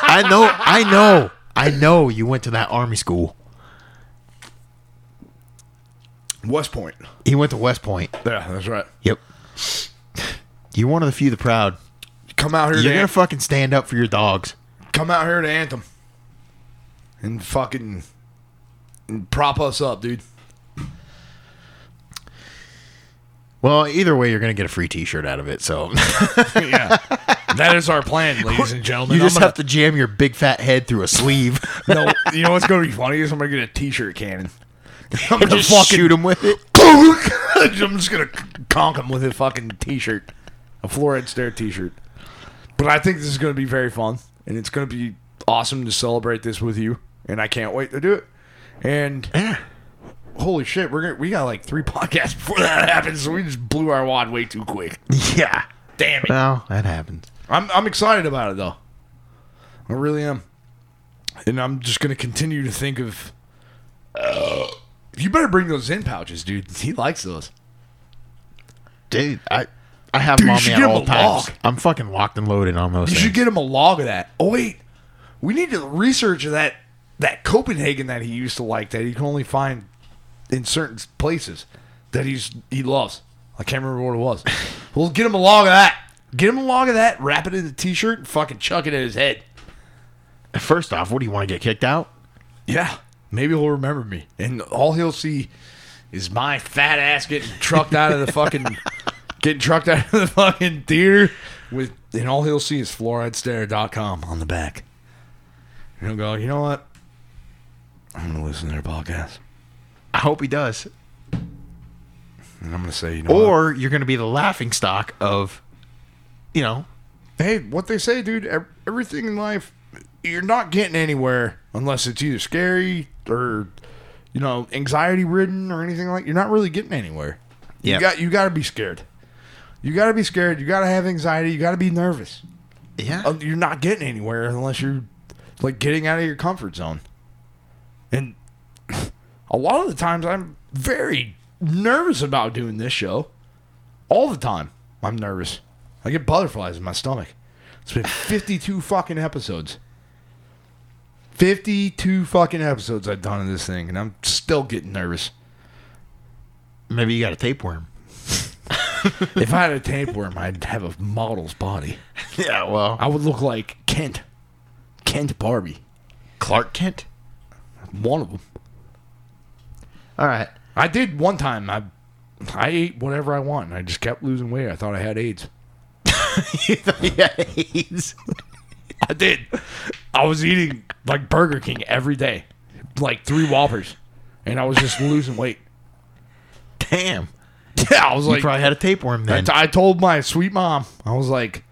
Speaker 2: I know, I know, I know. You went to that Army school.
Speaker 1: West Point.
Speaker 2: He went to West Point.
Speaker 1: Yeah, that's right.
Speaker 2: Yep. You're one of the few, the proud.
Speaker 1: Come out here.
Speaker 2: You're
Speaker 1: to
Speaker 2: gonna fucking stand up for your dogs.
Speaker 1: come out here to Anthem and fucking and prop us up, dude.
Speaker 2: Well, either way, you're gonna get a free T-shirt out of it. So
Speaker 1: [LAUGHS] yeah, that is our [LAUGHS] plan, ladies and
Speaker 2: [LAUGHS]
Speaker 1: gentlemen.
Speaker 2: you
Speaker 1: I'm
Speaker 2: just
Speaker 1: gonna-
Speaker 2: have to jam your big fat head through a [LAUGHS] sleeve.
Speaker 1: [LAUGHS] No, you know what's going to be funny is I'm going to get a T-shirt cannon.
Speaker 2: [LAUGHS]
Speaker 1: I'm going to
Speaker 2: just
Speaker 1: fucking
Speaker 2: shoot him with it.
Speaker 1: I'm just gonna conk him with a fucking t-shirt, a Florida Stare t-shirt. But I think this is gonna be very fun, and it's gonna be awesome to celebrate this with you. And I can't wait to do it. And holy shit, we're gonna, we got like three [LAUGHS] podcasts before that happens, so we just blew our wad way too quick.
Speaker 2: Yeah. Uh,
Speaker 1: Damn it!
Speaker 2: Well, that happens.
Speaker 1: I'm I'm excited about it though. I really am, and I'm just gonna continue to think of. uh, you better bring those in pouches, dude. [LAUGHS] He likes those.
Speaker 2: Dude, I I have
Speaker 1: Dude, you should
Speaker 2: mommy at
Speaker 1: give him
Speaker 2: all
Speaker 1: a
Speaker 2: times.
Speaker 1: log.
Speaker 2: I'm fucking locked and loaded on those
Speaker 1: You should
Speaker 2: things.
Speaker 1: get him a log of that. Oh wait, we need to research that that Copenhagen that he used to like that he can only find in certain places that he's he loves. I can't remember what it was. we'll get him a log of that. Get him a log of that. Wrap it in a t-shirt and fucking chuck it in his head.
Speaker 2: First off, what do you want to get kicked out?
Speaker 1: Yeah, maybe he'll remember me, and all he'll see is my fat ass getting trucked out of the fucking getting trucked out of the fucking theater with, and all he'll see is fluoridestare.com on the back. And he'll go, you know what? I'm gonna listen to their podcast,
Speaker 2: I hope he does.
Speaker 1: and I'm gonna say, you
Speaker 2: Uh-huh.
Speaker 1: know, what?
Speaker 2: Or you're going to be the laughing stock of, you know,
Speaker 1: hey, what they say, dude. ev- Everything in life, you're not getting anywhere unless it's either scary or, you know, anxiety ridden or anything like. You're not really getting anywhere.
Speaker 2: yeah,
Speaker 1: You got you got to be scared. You got to be scared. You got to have anxiety. You got to be nervous.
Speaker 2: yeah.
Speaker 1: Uh, You're not getting anywhere unless you're like getting out of your comfort zone. And [LAUGHS] a lot of the times I'm very nervous about doing this show. All the time I'm nervous. I get butterflies in my stomach. It's been 52 fucking episodes. 52 fucking episodes I've done of this thing and I'm still getting nervous.
Speaker 2: Maybe you got a tapeworm.
Speaker 1: If I had a tapeworm, I'd have a model's body.
Speaker 2: [LAUGHS] Yeah, well,
Speaker 1: I would look like Kent. Kent Barbie.
Speaker 2: Clark Kent.
Speaker 1: One of them.
Speaker 2: All right.
Speaker 1: I did one time. I I ate whatever I want, and I just kept losing weight. I thought I had AIDS.
Speaker 2: [LAUGHS] yeah, he's-
Speaker 1: [LAUGHS] I did. I was eating like Burger King every day, like three Whoppers, and I was just losing weight.
Speaker 2: damn.
Speaker 1: [LAUGHS] Yeah, I was
Speaker 2: you
Speaker 1: like,
Speaker 2: probably had a tapeworm
Speaker 1: I
Speaker 2: then.
Speaker 1: t- I told my sweet mom, I was like,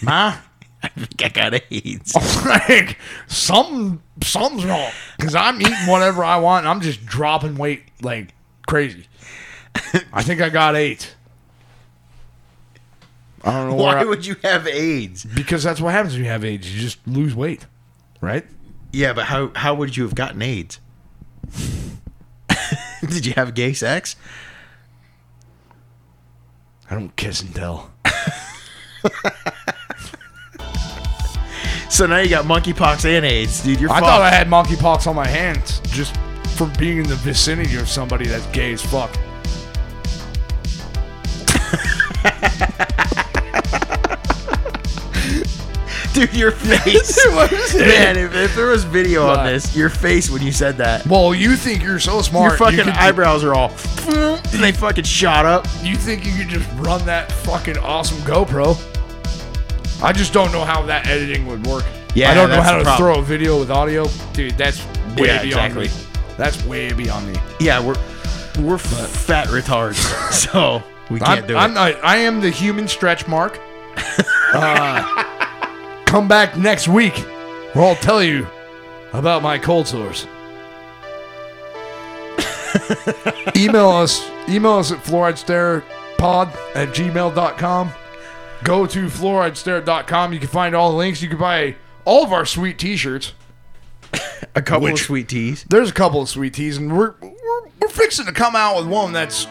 Speaker 1: Ma,
Speaker 2: I think I got AIDS.
Speaker 1: [LAUGHS] like something something's wrong because I'm eating whatever I want and I'm just dropping weight like crazy. I think I got eight. I don't know where.
Speaker 2: [LAUGHS] Why
Speaker 1: I-
Speaker 2: would you have AIDS?
Speaker 1: because that's what happens when you have AIDS. You just lose weight, right?
Speaker 2: Yeah, but how how would you have gotten [LAUGHS] AIDS? Did you have gay sex?
Speaker 1: I don't kiss and tell.
Speaker 2: So now you got monkeypox and AIDS, dude. You're
Speaker 1: I
Speaker 2: fucked.
Speaker 1: thought I had monkeypox on my hands just from being in the vicinity of somebody that's gay as fuck.
Speaker 2: [LAUGHS] dude,
Speaker 1: [LAUGHS]
Speaker 2: your face. [LAUGHS] Man, if, if there was video on this, your face when you said that.
Speaker 1: Well, you think you're so smart.
Speaker 2: Your
Speaker 1: you
Speaker 2: fucking
Speaker 1: could ju-
Speaker 2: eyebrows are all. [LAUGHS] And they fucking shot up.
Speaker 1: you think you could just run that fucking awesome GoPro? I just don't know how that editing would work.
Speaker 2: Yeah,
Speaker 1: I don't know
Speaker 2: that's
Speaker 1: how
Speaker 2: the
Speaker 1: to
Speaker 2: problem.
Speaker 1: throw a video with audio, dude. That's way
Speaker 2: Yeah,
Speaker 1: beyond
Speaker 2: exactly.
Speaker 1: me. That's way beyond me.
Speaker 2: Yeah, we're we're fat retards, [LAUGHS] so we can't
Speaker 1: I'm,
Speaker 2: do
Speaker 1: I'm
Speaker 2: it.
Speaker 1: not- I am the human stretch
Speaker 2: [LAUGHS]
Speaker 1: mark. Uh, come back next week, where I'll tell you about my cold
Speaker 2: [LAUGHS]
Speaker 1: sores. email us. Email us at fluoridesterepod at gmail.com. Go to fluoridestare.com. You can find all the links. You can buy all of our sweet t-shirts.
Speaker 2: a couple of sweet teas.
Speaker 1: There's a couple of sweet teas, and we're, we're, we're fixing to come out with one that's...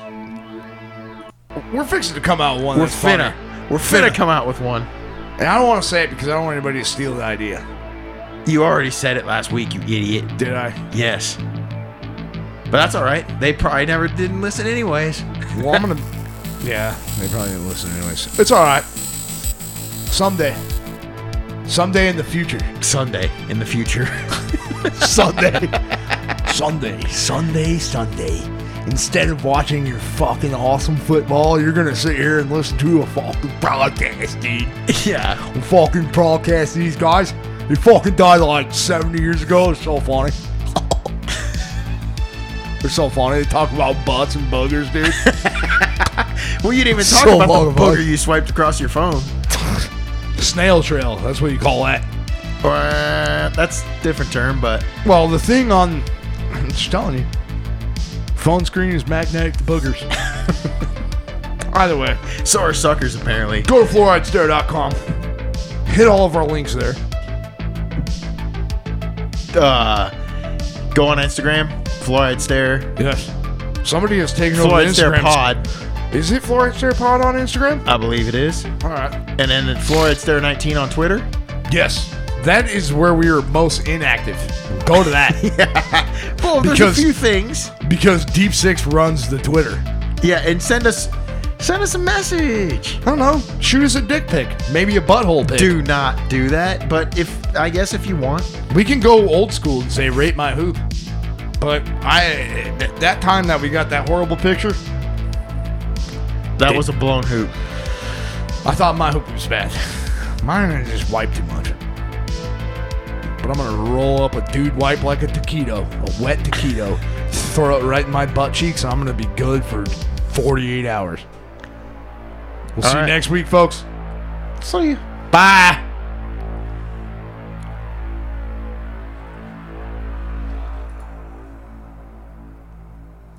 Speaker 1: We're fixing to come out with one
Speaker 2: We're
Speaker 1: that's funny.
Speaker 2: finna. We're finna come out with one.
Speaker 1: And I don't want to say it because I don't want anybody to steal the idea.
Speaker 2: You already said it last week, you idiot.
Speaker 1: Did I?
Speaker 2: Yes. But that's all right. They probably never didn't listen anyways.
Speaker 1: Well, I'm gonna. [LAUGHS] yeah, they probably didn't listen anyways. It's all right. Someday. Someday in the future. [LAUGHS]
Speaker 2: Sunday in the future.
Speaker 1: [LAUGHS]
Speaker 2: [LAUGHS]
Speaker 1: Sunday. Sunday. Sunday. Sunday. Instead of watching your fucking awesome football, you're gonna sit here and listen to a fucking podcast, dude.
Speaker 2: yeah.
Speaker 1: I'm fucking broadcast these guys. They fucking died like 70 years ago. It's so funny. [LAUGHS] They're so funny. They talk about butts and boogers, [LAUGHS] dude.
Speaker 2: Well, you didn't even
Speaker 1: [LAUGHS]
Speaker 2: talk
Speaker 1: So
Speaker 2: about
Speaker 1: long
Speaker 2: the
Speaker 1: ago.
Speaker 2: booger you swiped across your phone.
Speaker 1: Snail trail. That's what you call that.
Speaker 2: Uh, that's a different term, but
Speaker 1: Well, the thing on, [CLEARS THROAT] I'm just telling you, phone screen is magnetic to boogers. [LAUGHS] Either way,
Speaker 2: so are suckers apparently.
Speaker 1: go to fluoridestare.com. Hit all of our links there.
Speaker 2: Uh, go on Instagram, fluoride stare,
Speaker 1: Yes. Somebody has taken over
Speaker 2: fluoride stare
Speaker 1: Instagram.
Speaker 2: pod.
Speaker 1: Is it Fluoride Stare Pod on Instagram?
Speaker 2: I believe it is.
Speaker 1: All right.
Speaker 2: And then at Fluoride Stare 19 on Twitter.
Speaker 1: Yes. That is where we are most inactive. Go to [LAUGHS] that.
Speaker 2: Well, there's
Speaker 1: Because-
Speaker 2: a few things.
Speaker 1: because Deep Six runs the Twitter.
Speaker 2: Yeah, and send us send us a message.
Speaker 1: I don't know. Shoot us a dick pic. Maybe a butthole pic.
Speaker 2: Do not do that, but if I guess if you want,
Speaker 1: We can go old school and say rate my hoop, but I th- that time that we got that horrible picture,
Speaker 2: that was a blown hoop.
Speaker 1: I thought my hoop was bad. [LAUGHS] Mine I just wiped too much. But I'm gonna roll up a dude wipe like a taquito, a wet taquito, throw it right in my butt cheeks, and I'm gonna be good for 48 hours. We'll see
Speaker 2: right.
Speaker 1: you next week, folks.
Speaker 2: So you
Speaker 1: Bye.